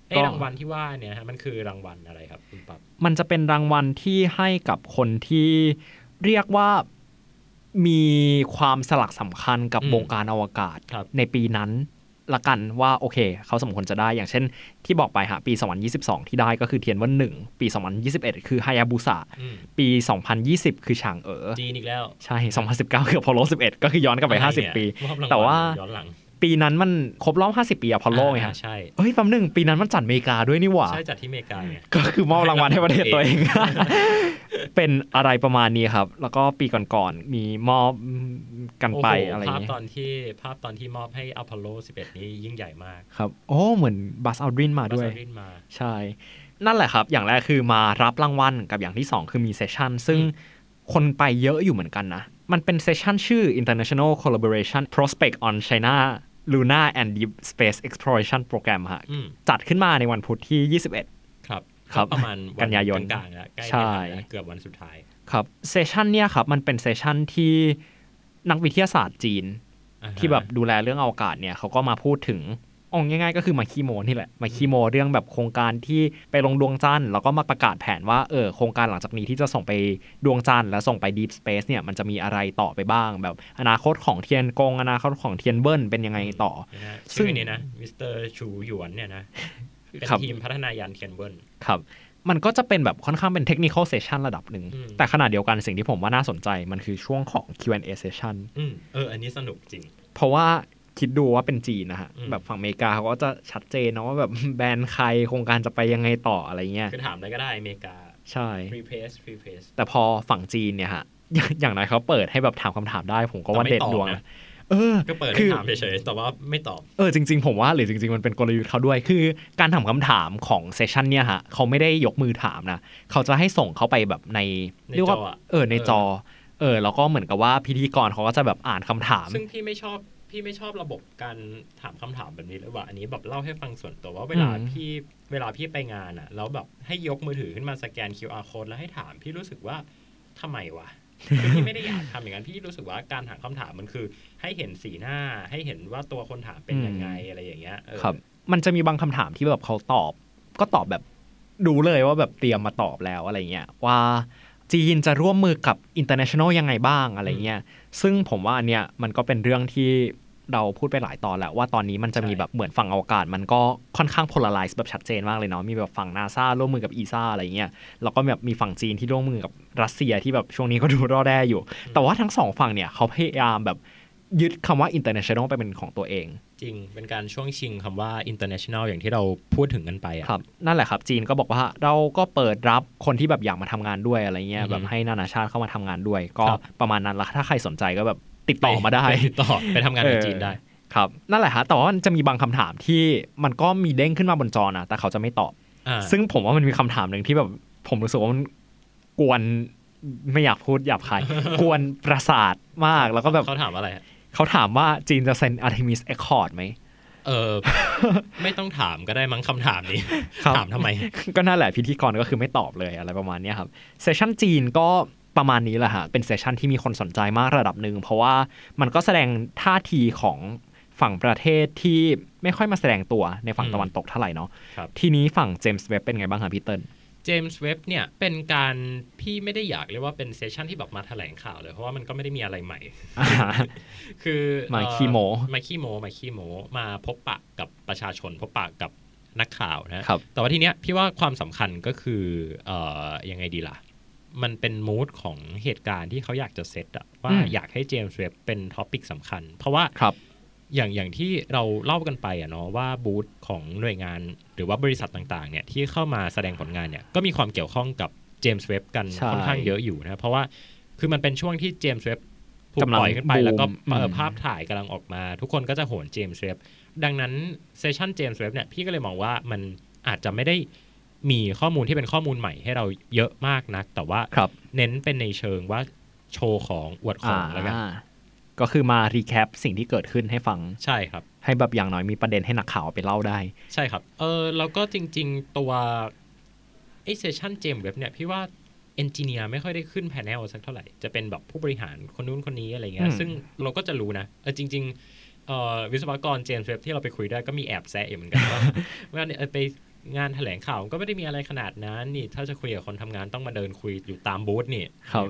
[SPEAKER 5] ไอ้
[SPEAKER 4] ก็
[SPEAKER 5] รางวัลที่ว่าเนี่ยฮะมันคือรางวัลอะไรครับคุณปั๊บ
[SPEAKER 4] มันจะเป็นรางวัลที่ให้กับคนที่เรียกว่ามีความสลักสำคัญกับวงการอวกาศ
[SPEAKER 5] ครับ
[SPEAKER 4] ในปีนั้นละกันว่าโอเค เขาสมควรจะได้อย่างเช่น ที่บอกไปฮะปี 2022 ที่ได้ก็คือเทียนเวิร์นหนึ่งปี 2021 คือฮายาบุสะ
[SPEAKER 5] อืม
[SPEAKER 4] ปี 2020 คือฉางเอ๋อ
[SPEAKER 5] จีนอีกแล้ว
[SPEAKER 4] ใช่ 2019 คือพอลโล11 ก็คือย้อนกลับไป
[SPEAKER 5] อะไรเนี่ย
[SPEAKER 4] 50 ปี
[SPEAKER 5] มอบรางล
[SPEAKER 4] แต่ว่า
[SPEAKER 5] ย้อนหลัง
[SPEAKER 4] ปีนั้นมันครบรอบ 50 ปีอะพอลโลไงฮะ
[SPEAKER 5] อ่าใช่
[SPEAKER 4] เฮ้ยแป๊บหนึง ปีนั้นมันจัดอเมริกาด้วยนี่หว่า
[SPEAKER 5] ใช่จัดที่อเมริกาไง
[SPEAKER 4] ก็คือมอบรางวัลให้ประเทศตัวเอง
[SPEAKER 5] ให้รางวัลตัวเอ
[SPEAKER 4] (laughs) เป็นอะไรประมาณนี้ครับ แล้วก็ปีก่อนๆ มีมอบกันไป
[SPEAKER 5] โโห
[SPEAKER 4] อะไรอย่าง
[SPEAKER 5] ภาพ
[SPEAKER 4] นี้
[SPEAKER 5] ตอนที่ภาพตอนที่มอบให้อพอลโล 11 นี้ยิ่งใหญ่มาก
[SPEAKER 4] ครับ โอ้เหมือนบัสอัลดรินมาด้วย
[SPEAKER 5] บัสซารินมา
[SPEAKER 4] ใช่ นั่นแหละครับ อย่างแรกคือมารับรางวัลกับอย่างที่สองคือมีเซสชันซึ่ง
[SPEAKER 5] อืม
[SPEAKER 4] คนไปเยอะอยู่เหมือนกันนะ มันเป็นเซสชันชื่อ International Collaboration Prospect on China Luna and Deep Space Exploration Program ฮะ
[SPEAKER 5] อืม
[SPEAKER 4] จัดขึ้นมาในวันพุธที่ 21
[SPEAKER 5] ครับ
[SPEAKER 4] ครับ
[SPEAKER 5] ก็ประมาณวั
[SPEAKER 4] กันยายน
[SPEAKER 5] กลางๆแล้วใกล้
[SPEAKER 4] ใช่
[SPEAKER 5] เดือนแล้วเกือบวันสุดท้าย
[SPEAKER 4] ครับเซสชันเนี่ยครับ มันเป็นเซสชันที่นักวิทยาศาสตร์จีน
[SPEAKER 5] อ่าฮะ
[SPEAKER 4] ที่แบบดูแลเรื่องอวกาศเนี่ยเขาก็มาพูดถึงเองง่ายๆ ก็คือมาคีโมนี่แหละ มาคีโมเรื่องแบบโครงการที่ไปลงดวงจันทร์แล้วก็มาประกาศแผนว่าเออโครงการหลังจากนี้ที่จะส่งไปดวงจันทร์และส่งไป Deep Space เนี่ยมันจะมีอะไรต่อไปบ้าง แบบอนาคตของเทียนกง อนาคตของเทียนเบิ้ลเป็นยังไงต่อ
[SPEAKER 5] นะฮะ
[SPEAKER 4] ซึ่
[SPEAKER 5] ชื่
[SPEAKER 4] ง
[SPEAKER 5] อนี้นะมิสเตอร์ชูหยวนเนี่ยนะ เป็น
[SPEAKER 4] ครับ
[SPEAKER 5] ทีมพัฒนายานเทียนเวิร์น
[SPEAKER 4] ครับ มันก็จะเป็นแบบค่อนข้างเป็นเทคนิค l ลเซสชันระดับหนึ่ง
[SPEAKER 5] อืม
[SPEAKER 4] แต่ขณะเดียวกันสิ่งที่ผมว่าน่าสนใจมันคือช่วงของ Q&A session
[SPEAKER 5] อืมเออ อันนี้สนุกจริง
[SPEAKER 4] เพราะว่าคิดดูว่าเป็นจีนนะฮะ
[SPEAKER 5] อืม
[SPEAKER 4] แบบฝั่งอเมริกาเขาก็จะชัดเจนนะว่าแบบ (laughs) แบรนด์ใครโครงการจะไปยังไงต่ออะไรเงี้ย
[SPEAKER 5] คือถามอะไรก็ได้อเมริกา
[SPEAKER 4] ใช่
[SPEAKER 5] ฟรีเพสฟรีเพส
[SPEAKER 4] แต่พอฝั่งจีนเนี่ยฮะ (laughs) อย่างอย่างไรเขาเปิดให้แบบถามคำถามได้ ผมก็ว่า
[SPEAKER 5] แต่ไม่
[SPEAKER 4] เด็ดดวง
[SPEAKER 5] ตอบนะ
[SPEAKER 4] นะเออ
[SPEAKER 5] ก็เปิด
[SPEAKER 4] คื
[SPEAKER 5] ให้
[SPEAKER 4] อ
[SPEAKER 5] ถามเฉยๆแต่ว่าไม่ตอบ
[SPEAKER 4] เออจริง ๆ ผมว่าหรือจริง ๆ มันเป็นกลยุทธ์เขาด้วย คือการถามคำถามของเซสชันเนี่ยฮะเขาไม่ได้ยกมือถามนะ เขาจะให้ส่งเข้าไปแบบใน
[SPEAKER 5] ใน
[SPEAKER 4] เรียกว่า
[SPEAKER 5] จออะ
[SPEAKER 4] เออในจอ เออแล้วก็เหมือนกับว่าพิธีกรเขาก็จะแบบอ่านคำถาม
[SPEAKER 5] ซึ่งพี่ไม่ชอบพี่ไม่ชอบระบบการถามคำถามแบบนี้เลยว่า อันนี้แบบเล่าให้ฟังส่วนตัวว่าเวลา
[SPEAKER 4] อืม
[SPEAKER 5] พี่เวลาพี่ไปงานอ่ะ แล้วแบบให้ยกมือถือขึ้นมาสแกน QR code แล้วให้ถาม พี่รู้สึกว่าทำไมวะคือพี่ไม่ได้อยากทำอย่างนั้นพี่รู้สึกว่าการถามคำถามมันคือ ให้เห็นสีหน้าให้เห็นว่าตัวคนถามเป็นยังไงอะไรอย่างเงี้ยเออ
[SPEAKER 4] ครับ มันจะมีบางคำถามที่แบบเขาตอบ ก็ตอบแบบดูเลยว่าแบบเตรียมมาตอบแล้วอะไรเงี้ยว่าจีนจะร่วมมือกับ international ยังไงบ้างอะไรเงี้ยซึ่งผมว่าอันเนี้ยมันก็เป็นเรื่องที่เราพูดไปหลายตอนแล้วว่าตอนนี้มันจะมีแบบเหมือนฝั่งอวกาศ มันก็ค่อนข้างโพลา r i z e แบบชัดเจนมากเลยเนาะมีแบบฝั่งนาซาร่วมมือกับอีซาอะไรเงี้ยแล้วก็แบบมีฝั่งจีนที่ร่วมมือกับรัสเซียที่แบบช่วงนี้ก็ดูรอดแร่อยู่ แต่ว่าทั้งสองฝั่งเนี่ยเขาพยายามแบบยึดคำว่า international ไปเป็นของตัวเอง
[SPEAKER 5] จริงเป็นการช่วงชิงคำว่า international อย่างที่เราพูดถึงกันไปอ่ะ
[SPEAKER 4] ครับนั่นแหละครับจีนก็บอกว่าเราก็เปิดรับคนที่แบบอยากมาทำงานด้วยอะไรเงี้ย
[SPEAKER 5] อือฮึ
[SPEAKER 4] แบบให้นานาชาติเข้ามาทำงานด้วย ก็
[SPEAKER 5] ครับ
[SPEAKER 4] ประมาณนั้นละถ้าใครสนใจก็แบบติดต่อมาได้
[SPEAKER 5] ปติดต่อไปทำงานในจีนได้
[SPEAKER 4] ครับนั่นแหละฮะแต่ว่ามันจะมีบางคำถามที่มันก็มีเด้งขึ้นมาบนจอนะแต่เขาจะไม่ตอบ
[SPEAKER 5] อ่า
[SPEAKER 4] ซึ่งผมว่ามันมีคำถามหนึ่งที่แบบผมรู้สึกว่ามันกวนไม่อยากพูดหยาบ
[SPEAKER 5] (laughs)
[SPEAKER 4] คาย กวนประสาทมากแล้วก็แบบ
[SPEAKER 5] เขาถามอะไรอะ
[SPEAKER 4] เขาถามว่าจีนจะเซ็นอาร์ e ิมิสเอ็กคอร์ดไหม
[SPEAKER 5] เออ (laughs) ไม่ต้องถามก็ได้มั้งคำถามนี้
[SPEAKER 4] ครับ
[SPEAKER 5] ถาม (laughs) ทำไม
[SPEAKER 4] ก็นั่นแหละพิธีกรก็คือไม่ตอบเลยอะไรประมาณเนี้ยครับเซสชันจีนก็ประมาณนี้แหละฮะเป็นเซสชันที่มีคนสนใจมากระดับหนึ่งเพราะว่ามันก็แสดงท่าทีของฝั่งประเทศที่ไม่ค่อยมาแสดงตัวในฝั่ง
[SPEAKER 5] อืม
[SPEAKER 4] ตะวันตกเท่าไหร่เนาะ
[SPEAKER 5] ครับ
[SPEAKER 4] ทีนี้ฝั่งเจมส์เว็บเป็นไงบ้างครับพี่เติ้ล (laughs)
[SPEAKER 5] เจมส์เว็บเนี่ยเป็นการพี่ไม่ได้อยากเรียกว่าเป็นเซสชันที่แบบมาแถลงข่าวเลย เพราะว่ามันก็ไม่ได้มีอะไรใหม่ คือ (laughs)
[SPEAKER 4] มา
[SPEAKER 5] เอ่อ
[SPEAKER 4] ขี้โม้
[SPEAKER 5] มาขี้โมมาขี้โมมาพบปะกับประชาชน พบปะกับนักข่าวนะ
[SPEAKER 4] ครับ
[SPEAKER 5] แต่ว่าทีเนี้ยพี่ว่าความสำคัญก็คือเอ่อยังไงดีล่ะ มันเป็นมูดของเหตุการณ์ที่เขาอยากจะเซตอะว่า
[SPEAKER 4] อืม
[SPEAKER 5] อยากให้เจมส์เว็บเป็นท็อปิกสำคัญ เพราะว่า
[SPEAKER 4] ครับ
[SPEAKER 5] (laughs) อย่างอย่างที่เราเล่ากันไปอะเนาะว่าบูธของหน่วยงานหรือว่าบริษัทต่างๆเนี่ยที่เข้ามาแสดงผลงานเนี่ยก็มีความเกี่ยวข้องกับเจมส์เว็บกัน
[SPEAKER 4] ใช่
[SPEAKER 5] ค่อนข้างเยอะอยู่นะเพราะว่าคือมันเป็นช่วงที่เจมส์เว็บถูกปล่อยขึ้นไป
[SPEAKER 4] กำลัง
[SPEAKER 5] แล้วก็
[SPEAKER 4] บูม
[SPEAKER 5] เอ่ออ
[SPEAKER 4] ม
[SPEAKER 5] ภาพถ่ายกำลังออกมา ทุกคนก็จะโหนเจมส์เว็บ ดังนั้นเซสชันเจมส์เว็บเนี่ยพี่ก็เลยมองว่ามันอาจจะไม่ได้มีข้อมูลที่เป็นข้อมูลใหม่ให้เราเยอะมากนัก แต่ว่า
[SPEAKER 4] ครับ
[SPEAKER 5] เน้นเป็นในเชิงว่าโชว์ของอวดของแล้วกัน
[SPEAKER 4] อ่าก็คือมารีแคปสิ่งที่เกิดขึ้นให้ฟัง
[SPEAKER 5] ใช่ครับ
[SPEAKER 4] ให้แบบอย่างน้อยมีประเด็นให้นักข่าวเอาไปเล่าได้
[SPEAKER 5] ใช่ครับ เออแล้วก็จริงๆตัวไอเซสชันเจมเว็บเนี่ยพี่ว่าเอนจิเนียร์ไม่ค่อยได้ขึ้นแพนเนลสักเท่าไหร่ จะเป็นแบบผู้บริหารคนนู้นคนนี้อะไรเงี้ย
[SPEAKER 4] อืม
[SPEAKER 5] ซึ่งเราก็จะรู้นะเออจริงๆเอ่อวิศวกรเจมเว็บที่เราไปคุยได้ก็มีแอบแซะอยู่เหมือ
[SPEAKER 4] (laughs)
[SPEAKER 5] นกันว่า ว่าเนี่ยเออไปงานแถลงข่าวก็ไม่ได้มีอะไรขนาดนั้นนี่ถ้าจะคุยกับคนทำงานต้องมาเดินคุยอยู่ตามบูธนี่
[SPEAKER 4] ครับ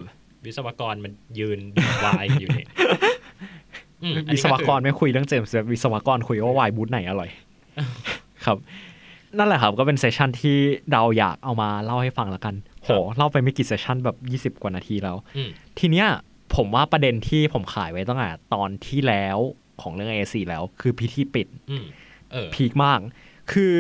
[SPEAKER 5] วิศวกรมันยืนดูวายอยู่นี่อืมอัน
[SPEAKER 4] วิ
[SPEAKER 5] นี้
[SPEAKER 4] ศว
[SPEAKER 5] คื
[SPEAKER 4] ก
[SPEAKER 5] อ
[SPEAKER 4] รไม่คุยเรื่องเจมส์เว็บวิศวกรคุยว่าวายบูธไหนอร่อย ครับ นั่นแหละครับก็เป็นเซสชันที่เราอยากเอามาเล่าให้ฟังละกันโห
[SPEAKER 5] ครับ
[SPEAKER 4] เล่าไปไม่กี่เซสชันแบบ 20 กว่านาทีแล้ว
[SPEAKER 5] อืม
[SPEAKER 4] ทีเนี้ยผมว่าประเด็นที่ผมขายไว้ตั้งแต่ตอนที่แล้วของเรื่อง ASC แล้ว คือพิธีปิด
[SPEAKER 5] อืมเออ
[SPEAKER 4] พีคมาก คือ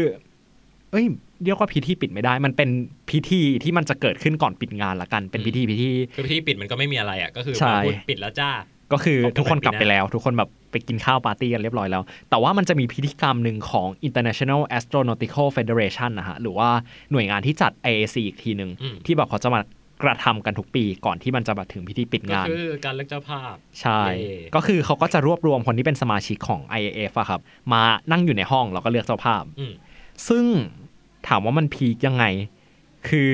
[SPEAKER 4] เอ้ย เรียกว่าพิธีปิดไม่ได้ มันเป็นพิธีที่มันจะเกิดขึ้นก่อนปิดงานละกัน เป็นพิธีพิธี
[SPEAKER 5] คือพิธีปิดมันก็ไม่มีอะไรอ่ะก็คือ
[SPEAKER 4] ใช่
[SPEAKER 5] มาพูดปิดแล้วจ้า
[SPEAKER 4] ก็คือ
[SPEAKER 5] ออกจาก
[SPEAKER 4] ทุกคนกลับ
[SPEAKER 5] แบบนี้
[SPEAKER 4] ไป
[SPEAKER 5] นะ
[SPEAKER 4] แล้ว ทุกคนแบบไปกินข้าวปาร์ตี้กันเรียบร้อยแล้ว แต่ว่ามันจะมีพิธีกรรมหนึ่งของ International Astronautical Federation นะฮะ หรือว่าหน่วยงานที่จัด IAC อีกทีหนึ่ง
[SPEAKER 5] อืม
[SPEAKER 4] ที่แบบเขาจะมากระทำกันทุกปีก่อนที่มันจะมาถึงพิธีปิด
[SPEAKER 5] ก็
[SPEAKER 4] งาน
[SPEAKER 5] คือการเลือกเจ้าภาพ
[SPEAKER 4] ใช่
[SPEAKER 5] เย่
[SPEAKER 4] ก็คือเขาก็จะรวบรวมคนที่เป็นสมาชิกของ IAF อะครับ มานั่งอยู่ในห้องแล้วก็เลือกเจ้าภาพ
[SPEAKER 5] อืม
[SPEAKER 4] ซึ่งถามว่ามันพีคยังไง คือ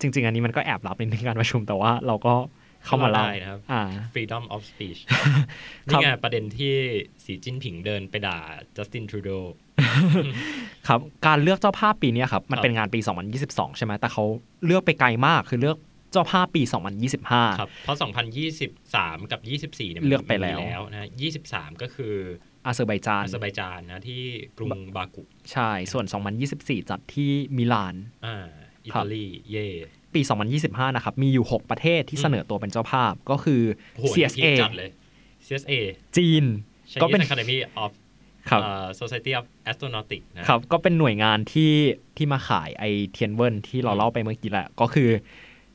[SPEAKER 4] จริง ๆ อันนี้มันก็แอบลับในดนึงการประชุมแต่ว่าเราก็เข้ามาเล่า
[SPEAKER 5] ได้นะครับ
[SPEAKER 4] อ่า
[SPEAKER 5] freedom of speech
[SPEAKER 4] (laughs) ครับ
[SPEAKER 5] นี่ไงประเด็นที่สีจิ้นผิงเดินไปด่าจัสตินทรูโด
[SPEAKER 4] ครับ การเลือกเจ้าภาพปีเนี้ยครับ มัน
[SPEAKER 5] ครับ
[SPEAKER 4] เป็นงานปี 2022 ใช่ไหมแต่เขาเลือกไปไกลมาก คือเลือกเจ้าภาพปี 2025
[SPEAKER 5] ครับ เพราะ 2023 กับ 24 เนี่ยมัน
[SPEAKER 4] เลือกไปแล้ว
[SPEAKER 5] มีแล้วนะ23 ก็คือ
[SPEAKER 4] อาเซอร์ไบจาน
[SPEAKER 5] อาเซอร์ไบจานนะที่กรุงบากุ
[SPEAKER 4] ใช่ ส่วน 2024 จัดที่มิลาน
[SPEAKER 5] อ่าอิ
[SPEAKER 4] ครับ
[SPEAKER 5] ตาลีเย่
[SPEAKER 4] ปี 2025 นะครับ มีอยู่ 6 ประเทศที่
[SPEAKER 5] อืม
[SPEAKER 4] เสนอตัวเป็นเจ้าภาพก็คือ
[SPEAKER 5] โอ้โหนี่
[SPEAKER 4] CSA
[SPEAKER 5] พีคจัดเลย CSA
[SPEAKER 4] จีน ก็เป็น
[SPEAKER 5] Chinese Academy of
[SPEAKER 4] ครับ
[SPEAKER 5] เอ่อ Society of Astronautics นะ
[SPEAKER 4] ครับ ก็เป็นหน่วยงานที่ที่มาขายไอเทียนเวิร์นที่เราเล่าไปเมื่อกี้แหละก็คือ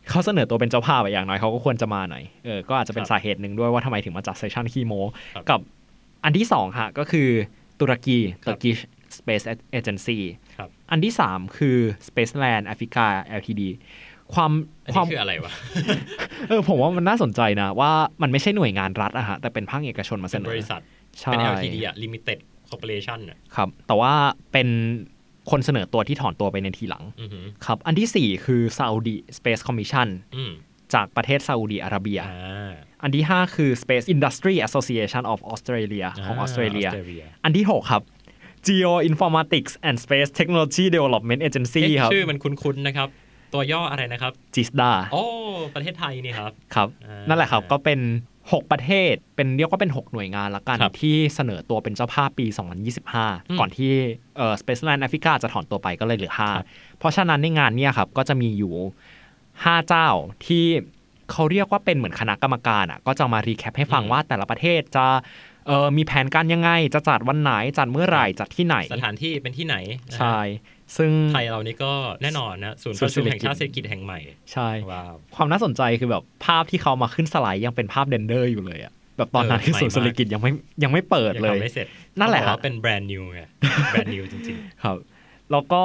[SPEAKER 4] เขาเสนอตัวเป็นเจ้าภาพอะอย่างน้อยเขาก็ควรจะมาหน่อยเออก็อาจจะเป็น
[SPEAKER 5] ครับ
[SPEAKER 4] สาเหตุหนึ่งด้วยว่าทำไมถึงมาจัดเซสชันคีโม
[SPEAKER 5] ครับ
[SPEAKER 4] กับอันที่สองฮะก็คือตุรกี
[SPEAKER 5] ครับ
[SPEAKER 4] Turkish Space Agency
[SPEAKER 5] ครับ
[SPEAKER 4] อันที่สามคือ Spaceland Africa Ltd ความ
[SPEAKER 5] อัน
[SPEAKER 4] ค
[SPEAKER 5] นี้
[SPEAKER 4] วาม
[SPEAKER 5] คืออะไรวะ
[SPEAKER 4] เออผมว่ามันน่าสนใจนะ ว่ามันไม่ใช่หน่วยงานรัฐอะฮะแต่เป็นภาคเอกชนมาเส
[SPEAKER 5] เป็น
[SPEAKER 4] นอบ
[SPEAKER 5] ริษัท
[SPEAKER 4] ใช่
[SPEAKER 5] เป็น LTD อ่ะ Limited Corporation อ่ะ
[SPEAKER 4] ครับ แต่ว่าเป็นคนเสนอตัวที่ถอนตัวไปในทีหลัง
[SPEAKER 5] อือหือ
[SPEAKER 4] ครับ อันทีสี่ 4 คือซาอุดี Space Commission
[SPEAKER 5] อืม
[SPEAKER 4] จากประเทศซาอุดีอาระเบีย
[SPEAKER 5] อ่า
[SPEAKER 4] อันที่ 5 คือ Space Industry Association of Australia ของออสเตรเลีย อันที่ 6 ครับ Geo Informatics and Space Technology Development Agency
[SPEAKER 5] เอ๊ะ
[SPEAKER 4] ครับ
[SPEAKER 5] ชื่อมันคุ้นๆนะครับ ตัวย่ออะไรนะครับ
[SPEAKER 4] GISDA
[SPEAKER 5] โอ้ประเทศไทยนี่ครับ
[SPEAKER 4] ครับ
[SPEAKER 5] อ่านั่
[SPEAKER 4] นั่นแหละครับ ก็เป็น 6 ประเทศ เป็นเรียกว่าเป็น 6 หน่วยงานละกัน
[SPEAKER 5] ครับ
[SPEAKER 4] ที่เสนอตัวเป็นเจ้าภาพปี
[SPEAKER 5] อืม
[SPEAKER 4] 2025 ก่อนที่เอ่อ Spaceland Africa จะถอนตัวไปก็เลยเหลือ
[SPEAKER 5] ครับ
[SPEAKER 4] 5 เพราะฉะนั้นในงานเนี่ยครับ ก็จะมีอยู่ 5 เจ้าที่เขาเรียกว่าเป็นเหมือนคณะกรรมการอ่ะก็จะมารีแคปให้ฟังว่าแต่ละประเทศจะเอ่อมีแผนการยังไง จะจัดวันไหน จัดเมื่อไหร่ จัดที่ไหน
[SPEAKER 5] สถานที่เป็นที่ไหนนะฮะ
[SPEAKER 4] ใช่ ซึ่ง
[SPEAKER 5] ไทยเรานี่ก็แน่นอนนะศูนย์
[SPEAKER 4] ศู
[SPEAKER 5] ป
[SPEAKER 4] นย์
[SPEAKER 5] ระชุมแห่ง
[SPEAKER 4] เศรษฐกิจ
[SPEAKER 5] ชาติเศรษฐกิจแห่งใหม่
[SPEAKER 4] ใช่
[SPEAKER 5] ว้าว
[SPEAKER 4] ความน่าสนใจคือแบบภาพที่เขามาขึ้นสไลด์ยังเป็นภาพเดนเดอร์อยู่เลยอะแบบตอนนั้น
[SPEAKER 5] เออ
[SPEAKER 4] คือศูนย์
[SPEAKER 5] ใหม่
[SPEAKER 4] เศ
[SPEAKER 5] มาก
[SPEAKER 4] รษฐกิจยังไม่ยังไม่เปิด
[SPEAKER 5] ยัง
[SPEAKER 4] เลย
[SPEAKER 5] ทำไม่เสร็จ
[SPEAKER 4] นั่นแหละ
[SPEAKER 5] เขาบอ
[SPEAKER 4] ฮะ
[SPEAKER 5] กว่าเป็นแบรนด์นิวไง แบรนด์นิวจริง
[SPEAKER 4] ครับ แล้วก็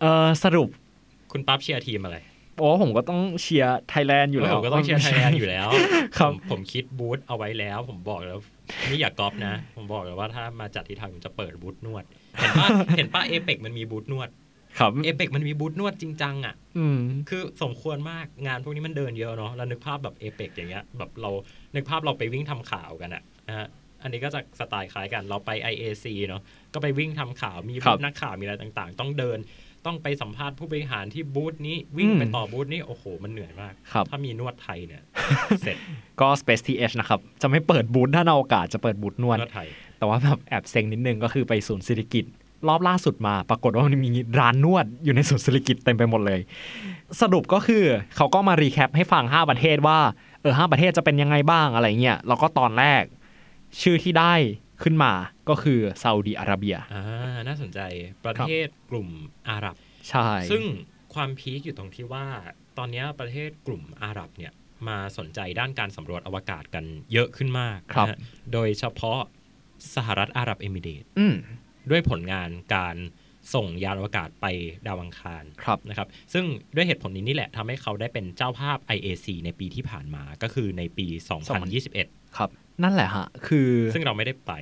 [SPEAKER 4] เอ่อสรุป
[SPEAKER 5] ๆ คุณปั๊บเชียร์ทีมอะไร
[SPEAKER 4] โอ อ้ผมก็ต้องเชียร์ไทยแลนด์อยู่แล้ว
[SPEAKER 5] ผมก็ต้องเชียร์ไทยแลนด์อยู่แล้ว
[SPEAKER 4] ครับ
[SPEAKER 5] ผมผมคิดบูธเอาไว้แล้ว ผมบอกแล้วนี่อย่ากก๊อปนะ ผมบอกแล้วว่าถ้ามาจัดที่ไทยผมจะเปิดบูธนวด เห็นป้าเห็นป้าเอเปกมันมีบูธนวด
[SPEAKER 4] ครับ
[SPEAKER 5] เอเปกมันมีบูธนวดจริงจังอ่ะ
[SPEAKER 4] อืม
[SPEAKER 5] คือสมควรมากงานพวกนี้มันเดินเยอะเนาะแล้วนึกภาพแบบเอเปกอย่างเงี้ยแบบเรานึกภาพเราไปวิ่งทำข่าวกันอะนะฮะอันนี้ก็จะสไตล์คล้ายกันเราไป IAC เนาะก็ไปวิ่งทำข่าวมี
[SPEAKER 4] ครับ
[SPEAKER 5] ูธ
[SPEAKER 4] บ
[SPEAKER 5] นักข่าวมีอะไรต่างๆ ต้องเดิน ต้องไปสัมภาษณ์ผู้บริหารที่บูธนี้วิ่ง
[SPEAKER 4] อืม
[SPEAKER 5] ไปต่อบูธนี้โอ้โห มันเหนื่อยมาก
[SPEAKER 4] ครับ
[SPEAKER 5] ถ้ามีนวดไทย
[SPEAKER 4] (laughs)
[SPEAKER 5] เนี่ย เสร็จ
[SPEAKER 4] ก็ Space TH นะครับ จะไม่เปิดบูธถ้าเอาโอกาสจะเปิดบูธนวด
[SPEAKER 5] นวดไทย
[SPEAKER 4] แต่ว่าแบบแอบเซ็งนิดนึงก็คือไปศูนย์เศรษฐกิจ รอบล่าสุดมาปรากฏว่ามันมีร้านนวดอยู่ในศูนย์เศรษฐกิจเต็มไปหมดเลย สรุปก็คือเขาก็มารีแคปให้ฟัง 5 ประเทศว่าเออหประเทศจะเป็นยังไงบ้างอะไรเงี้ยแล้วก็ตอนแรก ชื่อที่ได้ขึ้นมาก็คือซาอุดีอาระเบีย
[SPEAKER 5] อ่าน่าสนใจประเทศกลุ่มอาหรับ
[SPEAKER 4] ใช่
[SPEAKER 5] ซึ่งความพีคอยู่ตรงที่ว่า ตอนเนี้ยประเทศกลุ่มอาหรับเนี่ยมาสนใจด้านการสำรวจอวกาศกันเยอะขึ้นมาก
[SPEAKER 4] ครับ
[SPEAKER 5] นะฮะโดยเฉพาะสหรัฐอาหรับเอมิเรตส์
[SPEAKER 4] อืม
[SPEAKER 5] ด้วยผลงานการส่งยานอวกาศไปดาวอังคาร
[SPEAKER 4] ครับ
[SPEAKER 5] นะครับ ซึ่งด้วยเหตุผลนี้นี่แหละทำให้เขาได้เป็นเจ้าภาพ IAC ในปีที่ผ่านมาก็คือในปี
[SPEAKER 4] ค
[SPEAKER 5] 2021
[SPEAKER 4] รับ นั่นแหละฮะ คือ
[SPEAKER 5] ซึ่งเราไม่ได้
[SPEAKER 4] (laughs)
[SPEAKER 5] ไป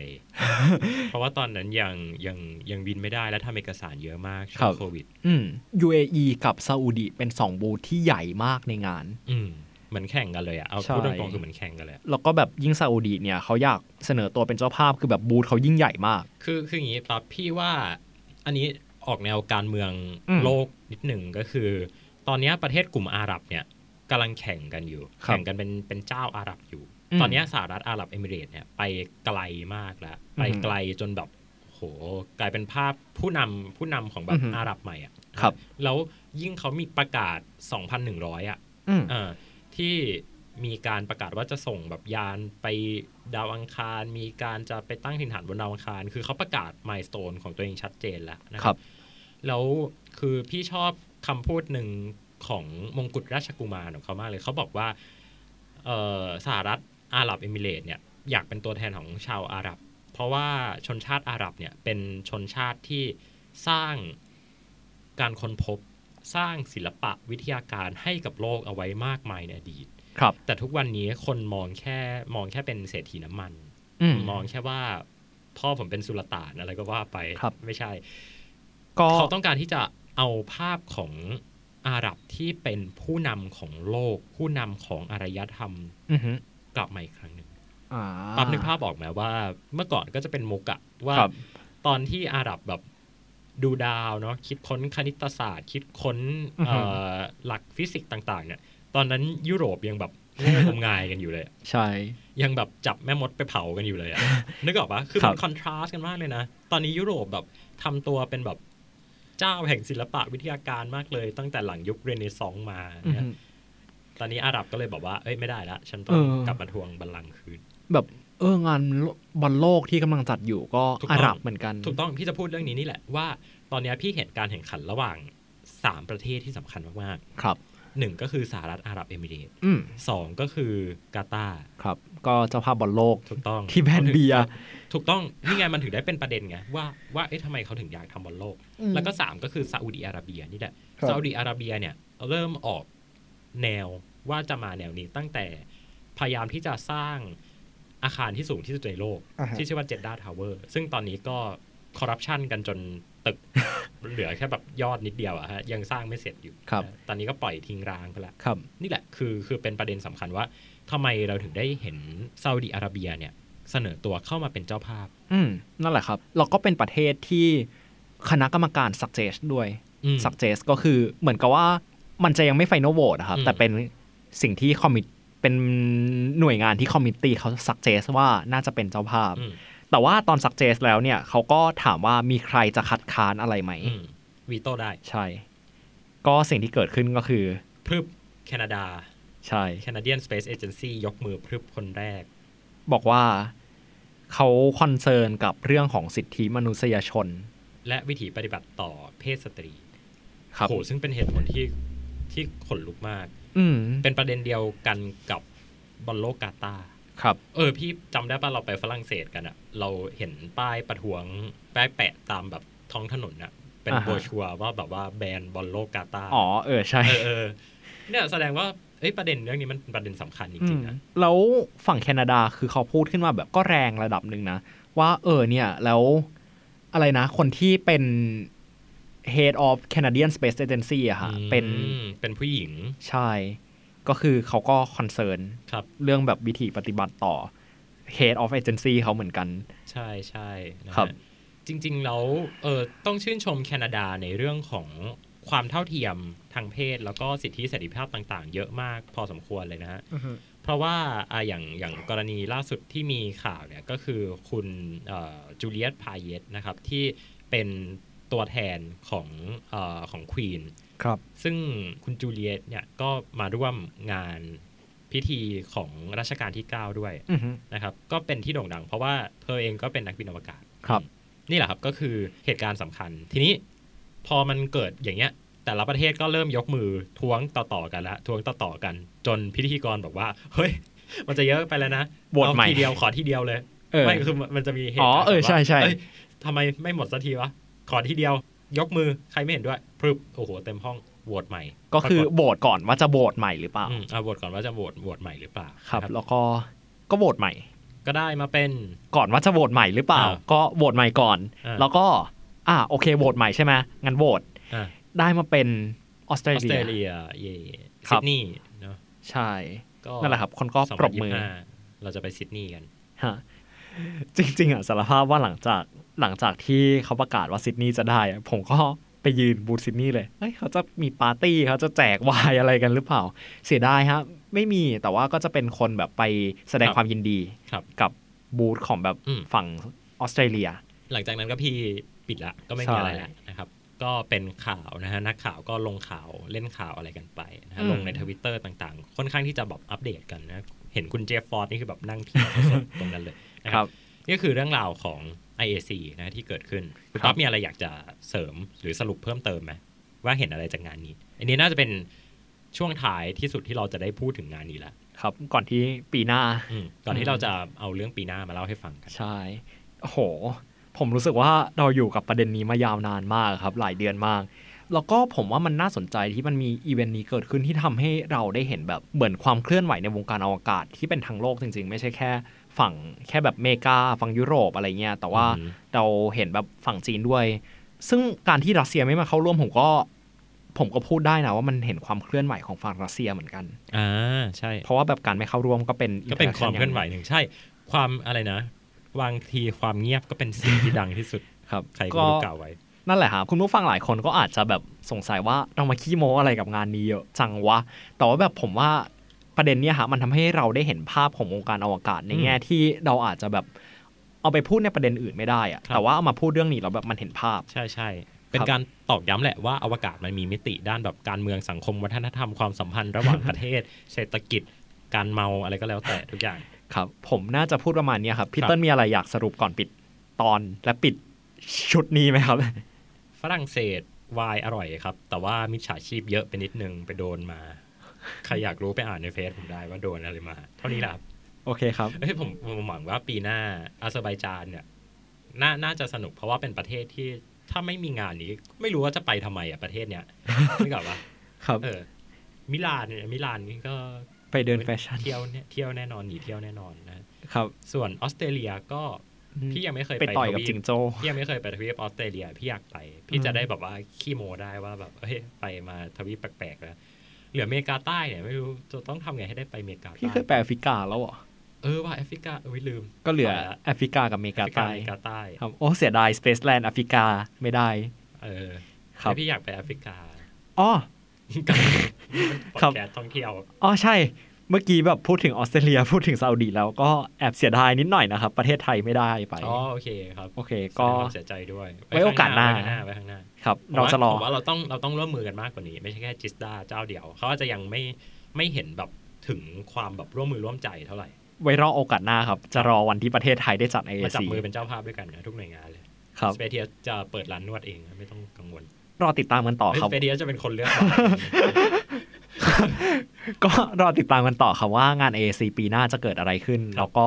[SPEAKER 5] เพราะว่าตอนนั้นยังยังยังบินไม่ได้และทำเอกสารเยอะมากช่
[SPEAKER 4] ครั
[SPEAKER 5] ว
[SPEAKER 4] บ
[SPEAKER 5] งโควิด
[SPEAKER 4] อืม UAE กับซาอุดีเป็น 2 บูธที่ใหญ่มากในงาน
[SPEAKER 5] อืมเหมือนแข่งกันเลยอะเอา
[SPEAKER 4] ใช่
[SPEAKER 5] พูดตรงๆคือเหมือนแข่งกันเลยอะ
[SPEAKER 4] แล้วก็แบบยิ่งซาอุดีเนี่ยเขาอยากเสนอตัวเป็นเจ้าภาพคือแบบบูธเขายิ่งใหญ่มาก
[SPEAKER 5] คือคืออย่างนี้ปั๊บพี่ว่าอันนี้ออกแนวการเมือง
[SPEAKER 4] อืม
[SPEAKER 5] โลกนิดหนึ่งก็คือ ตอนเนี้ยประเทศกลุ่มอาหรับเนี่ยกำลังแข่งกันอยู่
[SPEAKER 4] ครับ
[SPEAKER 5] แข่งกันเป็นเป็นเจ้าอาหรับอยู่
[SPEAKER 4] อืม
[SPEAKER 5] ตอนเนี้ยสหรัฐอาหรับเอมิเรตส์เนี่ยไปไกลมากแล้ว ไปไกลจนแบบโหกลายเป็นภาพผู้นำผู้นำของแบ
[SPEAKER 4] อื
[SPEAKER 5] บ
[SPEAKER 4] อฮึ
[SPEAKER 5] อาหรับใหม่อะ
[SPEAKER 4] ครับ
[SPEAKER 5] แล้วยิ่งเขามีประกาศ 2,100อะ
[SPEAKER 4] อืม
[SPEAKER 5] เอ่อที่มีการประกาศว่าจะส่งแบบยานไปดาวอังคาร มีการจะไปตั้งถิ่นฐานบนดาวอังคาร คือเขาประกาศมายสเตนของตัวเองชัดเจนแล้วนะครับ แล้วคือพี่ชอบคำพูดหนึ่งของมงกุฎราชกุมารของเขามากเลยเขาบอกว่าเอ่อสหรัฐอาหรับเอมิเรตส์เนี่ยอยากเป็นตัวแทนของชาวอาหรับ เพราะว่าชนชาติอาหรับเนี่ยเป็นชนชาติที่สร้างการค้นพบ สร้างศิลปะวิทยาการให้กับโลกเอาไว้มากมายในอดีต
[SPEAKER 4] ครับ
[SPEAKER 5] แต่ทุกวันนี้คนมองแค่มองแค่เป็นเศรษฐีน้ำมัน
[SPEAKER 4] อืม
[SPEAKER 5] มองแค่ว่าพ่อผมเป็นสุลต่านอะไรก็ว่าไป
[SPEAKER 4] ครับ
[SPEAKER 5] ไม่ใช่
[SPEAKER 4] ก็
[SPEAKER 5] เขาต้องการที่จะเอาภาพของอาหรับที่เป็นผู้นำของโลก ผู้นำของอารยธรรม
[SPEAKER 4] อือฮึ
[SPEAKER 5] กลับมาอีกครั้งหนึ่ง
[SPEAKER 4] อ่า
[SPEAKER 5] ปั๊บนึกภาพออกไหมว่าเมื่อก่อนก็จะเป็นมุกอะว่า
[SPEAKER 4] ครับ
[SPEAKER 5] ตอนที่อาหรับแบบดูดาวเนาะคิดค้นคณิตศาสตร์ คิดค้น
[SPEAKER 4] อือฮึ
[SPEAKER 5] เอ่อหลักฟิสิกส์ต่าง ๆ เนี่ย ตอนนั้นยุโรปยังแบบโง่งมงายกันอยู่เลย
[SPEAKER 4] ใช่
[SPEAKER 5] ยังแบบจับแม่มดไปเผากันอยู่เลยอะ
[SPEAKER 4] (laughs)
[SPEAKER 5] นึกออกปะคือ
[SPEAKER 4] ครั
[SPEAKER 5] มั
[SPEAKER 4] บ
[SPEAKER 5] นคอนทราสต์กันมากเลยนะ ตอนนี้ยุโรปแบบทำตัวเป็นแบบเจ้าแห่งศิลปะวิทยาการมากเลย ตั้งแต่หลังยุคเรเนซองส์มา
[SPEAKER 4] อือ
[SPEAKER 5] เนี่ย
[SPEAKER 4] ฮึ
[SPEAKER 5] ตอนนี้อาหรับก็เลยบอกว่าเอ้ยไม่ได้ละฉันต้อง
[SPEAKER 4] เออ
[SPEAKER 5] กลับมาทวงบัลลังก์คืน
[SPEAKER 4] แบบเอองานบอลโลกที่กำลังจัดอยู่ก็
[SPEAKER 5] ถูกต้อง
[SPEAKER 4] อาหรับเหมือนกัน
[SPEAKER 5] ถูกต้องพี่จะพูดเรื่องนี้นี่แหละว่า ตอนเนี้ยพี่เห็นการแข่งขันระหว่าง 3 ประเทศที่สำคัญมาก
[SPEAKER 4] ครับ
[SPEAKER 5] ๆหนึ่งก็คือสหรัฐอาหรับเอมิเรตส์
[SPEAKER 4] อืม
[SPEAKER 5] สองก็คือกาตาร์
[SPEAKER 4] ครับ ก็เจ้าภาพบอลโลก
[SPEAKER 5] ถูกต้อง
[SPEAKER 4] ที่แบนเบียร์
[SPEAKER 5] ถูกต้องนี่ไงมันถึงได้เป็นประเด็นไงว่าว่าเอ๊ะทำไมเขาถึงอยากทำบอลโลก
[SPEAKER 4] อืม
[SPEAKER 5] แล้วก็สามก็คือซาอุดีอาระเบียนี่แหละ
[SPEAKER 3] ครับ
[SPEAKER 5] ซาอุดีอาระเบียเนี่ยเริ่มออกแนวว่าจะมาแนวนี้ตั้งแต่พยายามที่จะสร้างอาคารที่สูงที่สุดในโลก
[SPEAKER 3] อ่าฮะ
[SPEAKER 5] ที่ชื่อว่าเจดดาทาวเวอร์ซึ่งตอนนี้ก็คอร์รัปชันกันจนตึก เหลือแค่แบบยอดนิดเดียวอะฮะยังสร้างไม่เสร็จอยู่
[SPEAKER 4] ครับ
[SPEAKER 5] ตอนนี้ก็ปล่อยทิ้งร้างไปละ
[SPEAKER 4] ครับ
[SPEAKER 5] นี่แหละคือคือเป็นประเด็นสำคัญว่าทำไมเราถึงได้เห็นซาอุดิอาระเบียเนี่ยเสนอตัวเข้ามาเป็นเจ้าภาพ
[SPEAKER 4] อืมนั่นแหละครับ เราก็เป็นประเทศที่คณะกรรมการสักเจสด้วย
[SPEAKER 5] อืม
[SPEAKER 4] สักเจสก็คือเหมือนกับว่ามันจะยังไม่ไฟน a ลโหวตนะครับ
[SPEAKER 5] อืม
[SPEAKER 4] แต่เป็นสิ่งที่คอมมิตเป็นหน่วยงานที่คอมมิตตี้เขาสักเจสว่าน่าจะเป็นเจ้าภาพ
[SPEAKER 5] อืม
[SPEAKER 4] แต่ว่าตอนสักเจสแล้วเนี่ยเขาก็ถามว่ามีใครจะคัดค้านอะไรไหม
[SPEAKER 5] อืมวีโต้ได้
[SPEAKER 4] ใช่ ก็สิ่งที่เกิดขึ้นก็คือ
[SPEAKER 5] พรึบแคนาดา
[SPEAKER 4] ใช่
[SPEAKER 5] Canadian Space Agency ยกมือพรึบคนแรก
[SPEAKER 4] บอกว่าเขาคอนเซิร์นกับเรื่องของสิทธิมนุษยชน
[SPEAKER 5] และวิถีปฏิบัติต่อเพศสตรี
[SPEAKER 4] ครับ
[SPEAKER 5] โหซึ่งเป็นเหตุผลที่ที่ขนลุกมาก
[SPEAKER 4] อืม
[SPEAKER 5] เป็นประเด็นเดียวกันกับบอลโลกกาตาร์
[SPEAKER 4] ครับ
[SPEAKER 5] เออพี่จำได้ป่ะเราไปฝรั่งเศสกันอะเราเห็นป้ายประท้วงป้ายแปะตามแบบท้องถนนอะเป็น
[SPEAKER 4] อ่าฮะ
[SPEAKER 5] โบรชัวร์ว่าแบบว่าแบรนด์บอลโลกกาตาร์
[SPEAKER 4] อ๋อเออใช่
[SPEAKER 5] เออเออ เนี่ยแสดงว่าเอ้ยประเด็นเรื่องนี้มันเป็นประเด็นสำคัญจริงๆนะ
[SPEAKER 4] แล้วฝั่งแคนาดาคือเขาพูดขึ้นมาแบบก็แรงระดับหนึ่งนะ ว่าเออเนี่ย แล้วอะไรนะ คนที่เป็น head of Canadian Space Agency อะค่ะ
[SPEAKER 5] อืม
[SPEAKER 4] เป็น
[SPEAKER 5] เป็นผู้หญิง
[SPEAKER 4] ใช่ ก็คือเขาก็คอนเซิร์น
[SPEAKER 5] ครับ
[SPEAKER 4] เรื่องแบบวิธีปฏิบัติต่อ head of agency เขาเหมือนกัน
[SPEAKER 5] ใช่ใช่นะฮะ
[SPEAKER 4] ครับ
[SPEAKER 5] จริงๆแล้วเออต้องชื่นชมแคนาดาในเรื่องของความเท่าเทียมทางเพศ แล้วก็สิทธิเสรีภาพต่างๆ เยอะมากพอสมควรเลยนะฮะ เพราะว่าอ่ะอย่างอย่างกรณีล่าสุดที่มีข่าวเนี่ยก็คือคุณจูเลียตพาเยตนะครับที่เป็นตัวแทนของเออของควีน
[SPEAKER 4] ครับ
[SPEAKER 5] ซึ่งคุณจูเลียตเนี่ยก็มาร่วมงานพิธีของรัชกาลที่ 9 ด้วย
[SPEAKER 4] อือฮึ
[SPEAKER 5] นะครับก็เป็นที่โด่งดังเพราะว่าเธอเองก็เป็นนักบินอวกาศ
[SPEAKER 4] ครับ
[SPEAKER 5] นี่แหละครับก็คือเหตุการณ์สำคัญ ทีนี้พอมันเกิดอย่างเงี้ย แต่ละประเทศก็เริ่มยกมือท้วงต่อๆกันละท้วงต่อๆกัน จนพิธีกรบอกว่า เฮ้ย มันจะเยอะไปแล้วนะ
[SPEAKER 4] โหวตใหม่
[SPEAKER 5] เอาทีเดียวขอทีเดียวเลย
[SPEAKER 4] เออ
[SPEAKER 5] ไม่คือมันจะมีเหตุ
[SPEAKER 4] อ๋อ
[SPEAKER 5] การณ์
[SPEAKER 4] เออ
[SPEAKER 5] แบบว่า
[SPEAKER 4] ใช่ใช่
[SPEAKER 5] เอ้ยทำไมไม่หมดสักทีวะขอทีเดียวยกมือใครไม่เห็นด้วยพรึบโอ้โหเต็มห้องโหวตใหม่
[SPEAKER 4] ก็คือ
[SPEAKER 5] ปราฏ
[SPEAKER 4] โบตก่อนว่าจะโบตใหม่หรือเปล่า
[SPEAKER 5] อืมอ่ะโหวตก่อนว่าจะโหวตโหวตใหม่หรือเปล่า
[SPEAKER 4] ครับ
[SPEAKER 5] นะ
[SPEAKER 4] แล้วก็ก็โบตใหม่
[SPEAKER 5] ก็ได้มาเป็น
[SPEAKER 4] ก่อนว่าจะโหวตใหม่หรือเปล่า
[SPEAKER 5] อ่า
[SPEAKER 4] ก็โหวตใหม่ก่อน
[SPEAKER 5] อ่า
[SPEAKER 4] แล้วก็ อ่าโอเคโหวตใหม่ใช่ไหมงั้นโหวต
[SPEAKER 5] อ่ะ
[SPEAKER 4] ได้มาเป็นออสเตร
[SPEAKER 5] ออส
[SPEAKER 4] เลี
[SPEAKER 5] เตร
[SPEAKER 4] ย
[SPEAKER 5] เลียเย่
[SPEAKER 4] ครั
[SPEAKER 5] ซิ
[SPEAKER 4] บ
[SPEAKER 5] ดนีย์เนาะ
[SPEAKER 4] ใช่
[SPEAKER 5] ก็
[SPEAKER 4] นั่นแหละครับ คนก็ปรบมือ
[SPEAKER 5] 2025เราจะไปซิดนีย์กัน
[SPEAKER 4] ฮะจริง ๆอ่ะสารภาพว่าหลังจากหลังจากที่เขาประกาศว่าซิดนีย์จะได้อะผมก็ไปยืนบูธซิดนีย์เลยเฮ้ยเขาจะมีปาร์ตี้เขาจะแจกไวายอะไรกันหรือเปล่า เสียดายฮะ ไม่มีแต่ว่าก็จะเป็นคนแบบไปแสดง
[SPEAKER 5] ครับ
[SPEAKER 4] ความยินดี
[SPEAKER 5] ครับ
[SPEAKER 4] กับบูธของแบบ
[SPEAKER 5] อืม
[SPEAKER 4] ฝั่งออสเตรเลีย
[SPEAKER 5] หลังจากนั้นก็พี่ปิดละก็ไม่
[SPEAKER 4] ใช่
[SPEAKER 5] มีอะไรละนะครับ ก็เป็นข่าวนะฮะ นักข่าวก็ลงข่าวเล่นข่าวอะไรกันไปนะฮะ
[SPEAKER 4] อืม
[SPEAKER 5] ลงในทวิตเตอร์ต่างๆ ค่อนข้างที่จะแบบอัปเดตกันนะเห็นคุณเจฟฟอร์ดนี่คือแบบนั่งพิ
[SPEAKER 4] (laughs)
[SPEAKER 5] มพ์สดๆตรงนั้นเลยนะ
[SPEAKER 4] ค
[SPEAKER 5] ค
[SPEAKER 4] รั
[SPEAKER 5] รับ บนี่ก็คือเรื่องราวของ IAC นะที่เกิดขึ้นคุณ
[SPEAKER 4] ครับ
[SPEAKER 5] ต๊อบมีอะไรอยากจะเสริมหรือสรุปเพิ่มเติมไหมว่าเห็นอะไรจากงานนี้ อันนี้น่าจะเป็นช่วงท้ายที่สุดที่เราจะได้พูดถึงงานนี้ละ
[SPEAKER 4] ครับก่อนที่ปีหน้า
[SPEAKER 5] อืมก่อน
[SPEAKER 4] อื
[SPEAKER 5] ที่
[SPEAKER 4] ม
[SPEAKER 5] เราจะเอาเรื่องปีหน้ามาเล่าให้ฟังกัน
[SPEAKER 4] ใช่ โอ้โห ผมรู้สึกว่าเราอยู่กับประเด็นนี้มายาวนานมากครับ หลายเดือนมาก แล้วก็ผมว่ามันน่าสนใจที่มันมีอีเวนต์นี้เกิดขึ้นที่ทำให้เราได้เห็นแบบเหมือนความเคลื่อนไหวในวงการอวกาศที่เป็นทั้งโลกจริง ๆ ไม่ใช่แค่ ฝั่งแค่แบบเมกาฝั่งยุโรปอะไรเงี้ย แต่ว่า
[SPEAKER 5] อืม
[SPEAKER 4] เราเห็นแบบฝั่งจีนด้วย ซึ่งการที่รัสเซียไม่มาเข้าร่วมผมก็ ผมก็พูดได้นะว่ามันเห็นความเคลื่อนไหวของฝั่งรัสเซียเหมือนกัน
[SPEAKER 5] อ่าใช่
[SPEAKER 4] เพราะว่าแบบการไม่เข้าร่วมก็เป็น
[SPEAKER 5] ก็เป็น
[SPEAKER 4] interaction
[SPEAKER 5] ความเคลื่อนไหวหนึ่งใช่ ความอะไรนะบางทีความเงียบก็เป็นสิ่งที่ดังที่สุด
[SPEAKER 4] ครับ
[SPEAKER 5] ใครก็ไม่รู้กล่าวไว้
[SPEAKER 4] นั่นแหละครับคุณผู้ฟังหลายคนก็อาจจะแบบสงสัยว่าเรามาขี้โม้อะไรกับงานนี้เยอะจังวะ แต่ว่าแบบผมว่าประเด็นเนี้ยฮะมันทำให้เราได้เห็นภาพของวงการอวกาศในแง่ที่เราอาจจะแบบเอาไปพูดในประเด็นอื่นไม่ได้อะ
[SPEAKER 5] ครับ
[SPEAKER 4] แต่ว่าเอามาพูดเรื่องนี้เราแบบมันเห็นภาพ
[SPEAKER 5] ใช่ใช่เป็นการตอกย้ำแหละว่าอวกาศมันมีมิติด้านแบบการเมืองสังคมวัฒนธรรมความสัมพันธ์ระหว่างประเท (laughs) ศ เศรษฐกิจการเมาอะไรก็แล้วแต่ทุกอย่าง
[SPEAKER 4] ครับ ผมน่าจะพูดประมาณเนี้ยครับพี่
[SPEAKER 5] ครับ
[SPEAKER 4] เติ้ลมีอะไรอยากสรุปก่อนปิดตอนและปิดชุดนี้ไหม
[SPEAKER 5] (laughs)
[SPEAKER 4] ครับ
[SPEAKER 5] ฝรั่งเศสวายอร่อยครับ แต่ว่ามิจฉาชีพเยอะไปนิดนึงไปโดนมา ใครอยากรู้ไปอ่านในเฟซผมได้ว่าโดนอะไรมา เท่านี้แหละครับ
[SPEAKER 4] โอเคครับ
[SPEAKER 5] เฮ้ยผมผมหวังว่าปีหน้าอาเซอร์ไบจานเนี่ยน่าน่าจะสนุกเพราะว่าเป็นประเทศที่ถ้าไม่มีงานนี้ ไม่รู้ว่าจะไปทำไมอ่ะประเทศ
[SPEAKER 4] (laughs)
[SPEAKER 5] เนี้ย นึกออกปะ
[SPEAKER 4] ครับ
[SPEAKER 5] เออ มิลานเนี่ยมิลานนี่ก็
[SPEAKER 4] ไปเดินแฟชั่น
[SPEAKER 5] เที่ยวเนี่ยเที่ยวแน่นอนหนีเที่ยวแน่นอนนะครับ ส่วนออสเตรเลียก็พี่ยังไม่เคย
[SPEAKER 4] ไป
[SPEAKER 5] ไป
[SPEAKER 4] ต่อย
[SPEAKER 5] ท
[SPEAKER 4] กับ
[SPEAKER 5] วีป
[SPEAKER 4] จิงโจ้
[SPEAKER 5] พี่ยังไม่เคยไปทวีปออสเตรเลียพี่อยากไป พี่
[SPEAKER 4] อืม
[SPEAKER 5] จะได้แบบว่าขี้โมได้ว่าแบบเฮ้ยไปมาทวีปแปลกๆแล้วเหลืออเมริกาใต้เนี่ยไม่รู้จะต้องทำไงให้ได้ไปอเมริกา
[SPEAKER 4] พี่เค
[SPEAKER 5] ใต้
[SPEAKER 4] ยไปแอฟริกาแล้วเหรอ
[SPEAKER 5] เออว่าแอฟริกาเอ้ยลืม
[SPEAKER 4] ก็เหลือ
[SPEAKER 5] ไปละ
[SPEAKER 4] แอฟริกากับอเมริกา
[SPEAKER 5] แอฟริกา
[SPEAKER 4] ใต้
[SPEAKER 5] อเมริกาใต้
[SPEAKER 4] ครับโอ้เสียดาย Space Land แอฟริกาไม่ได้
[SPEAKER 5] เออ
[SPEAKER 4] ครับ
[SPEAKER 5] แล้วพี่อยากไปแอฟริกา
[SPEAKER 4] อ๋อ ค
[SPEAKER 5] ค (laughs)
[SPEAKER 4] รั
[SPEAKER 5] รับ บท่องเที่ยว
[SPEAKER 4] อ๋อใช่ เมื่อกี้แบบพูดถึงออสเตรเลียพู (laughs) ดถึงซาอุดีแล้วก็แอบเสียดายนิดหน่อยนะครับ ประเทศไทยไม่ได้ไป
[SPEAKER 5] อ๋อโอเคครับ
[SPEAKER 4] โอเคก็
[SPEAKER 5] แสดงความเสียใจด้วย
[SPEAKER 4] ไว้โอกาสหน้า
[SPEAKER 5] ไว้ข้งไว้ข้างหน้า
[SPEAKER 4] ครับ เราจะรอ
[SPEAKER 5] ผมว่าเราต้องเราต้องร่วมมือกันมากกว่านี้ ไม่ใช่แค่จิสดาเจ้าเดียวเขาอาจจะยังไม่ไม่เห็นแบบถึงความแบบร่วมมือร่วมใจเท่าไหร่
[SPEAKER 4] ไว้รอโอกาสหน้าครับ จะรอวันที่ประเทศไทยได้จัด a อ
[SPEAKER 5] มาจับ
[SPEAKER 4] c
[SPEAKER 5] มือเป็นเจ้าภาพด้วยกันนะทุกหน่วยงานเลย
[SPEAKER 4] ครับ
[SPEAKER 5] สเปเทียจะเปิดร้านนวดเองนะไม่ต้องกังวล
[SPEAKER 4] รอติดตามกันต่อครับ
[SPEAKER 5] สเปเทียจะเป็นคนเลือก
[SPEAKER 4] ก็รอติดตามกันต่อครับว่างาน AAC ปีหน้าจะเกิดอะไรขึ้น แล้วก็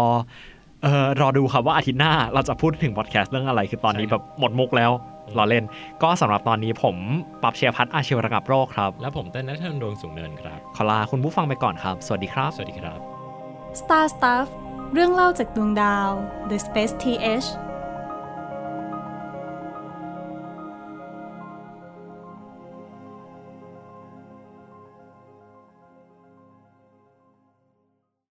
[SPEAKER 4] เออรอดูครับว่าอาทิตย์หน้าเราจะพูดถึงพอดแคสต์เรื่องอะไร คือตอนนี้
[SPEAKER 5] ใช่
[SPEAKER 4] แบบหมดมุกแล้ว รอเล่น ก็สำหรับตอนนี้ผมปรับเชียร์พัฒน์อาชีวระงับโรคครับ
[SPEAKER 5] แล้วผมเต้นนัทธนดวงสูงเนินครับ
[SPEAKER 4] ขอลาคุณผู้ฟังไปก่อนครับ สวัสดีครับ
[SPEAKER 5] สวัสดีครับ
[SPEAKER 2] Star Stuff เรื่องเล่าจากดวงดาว The Space TH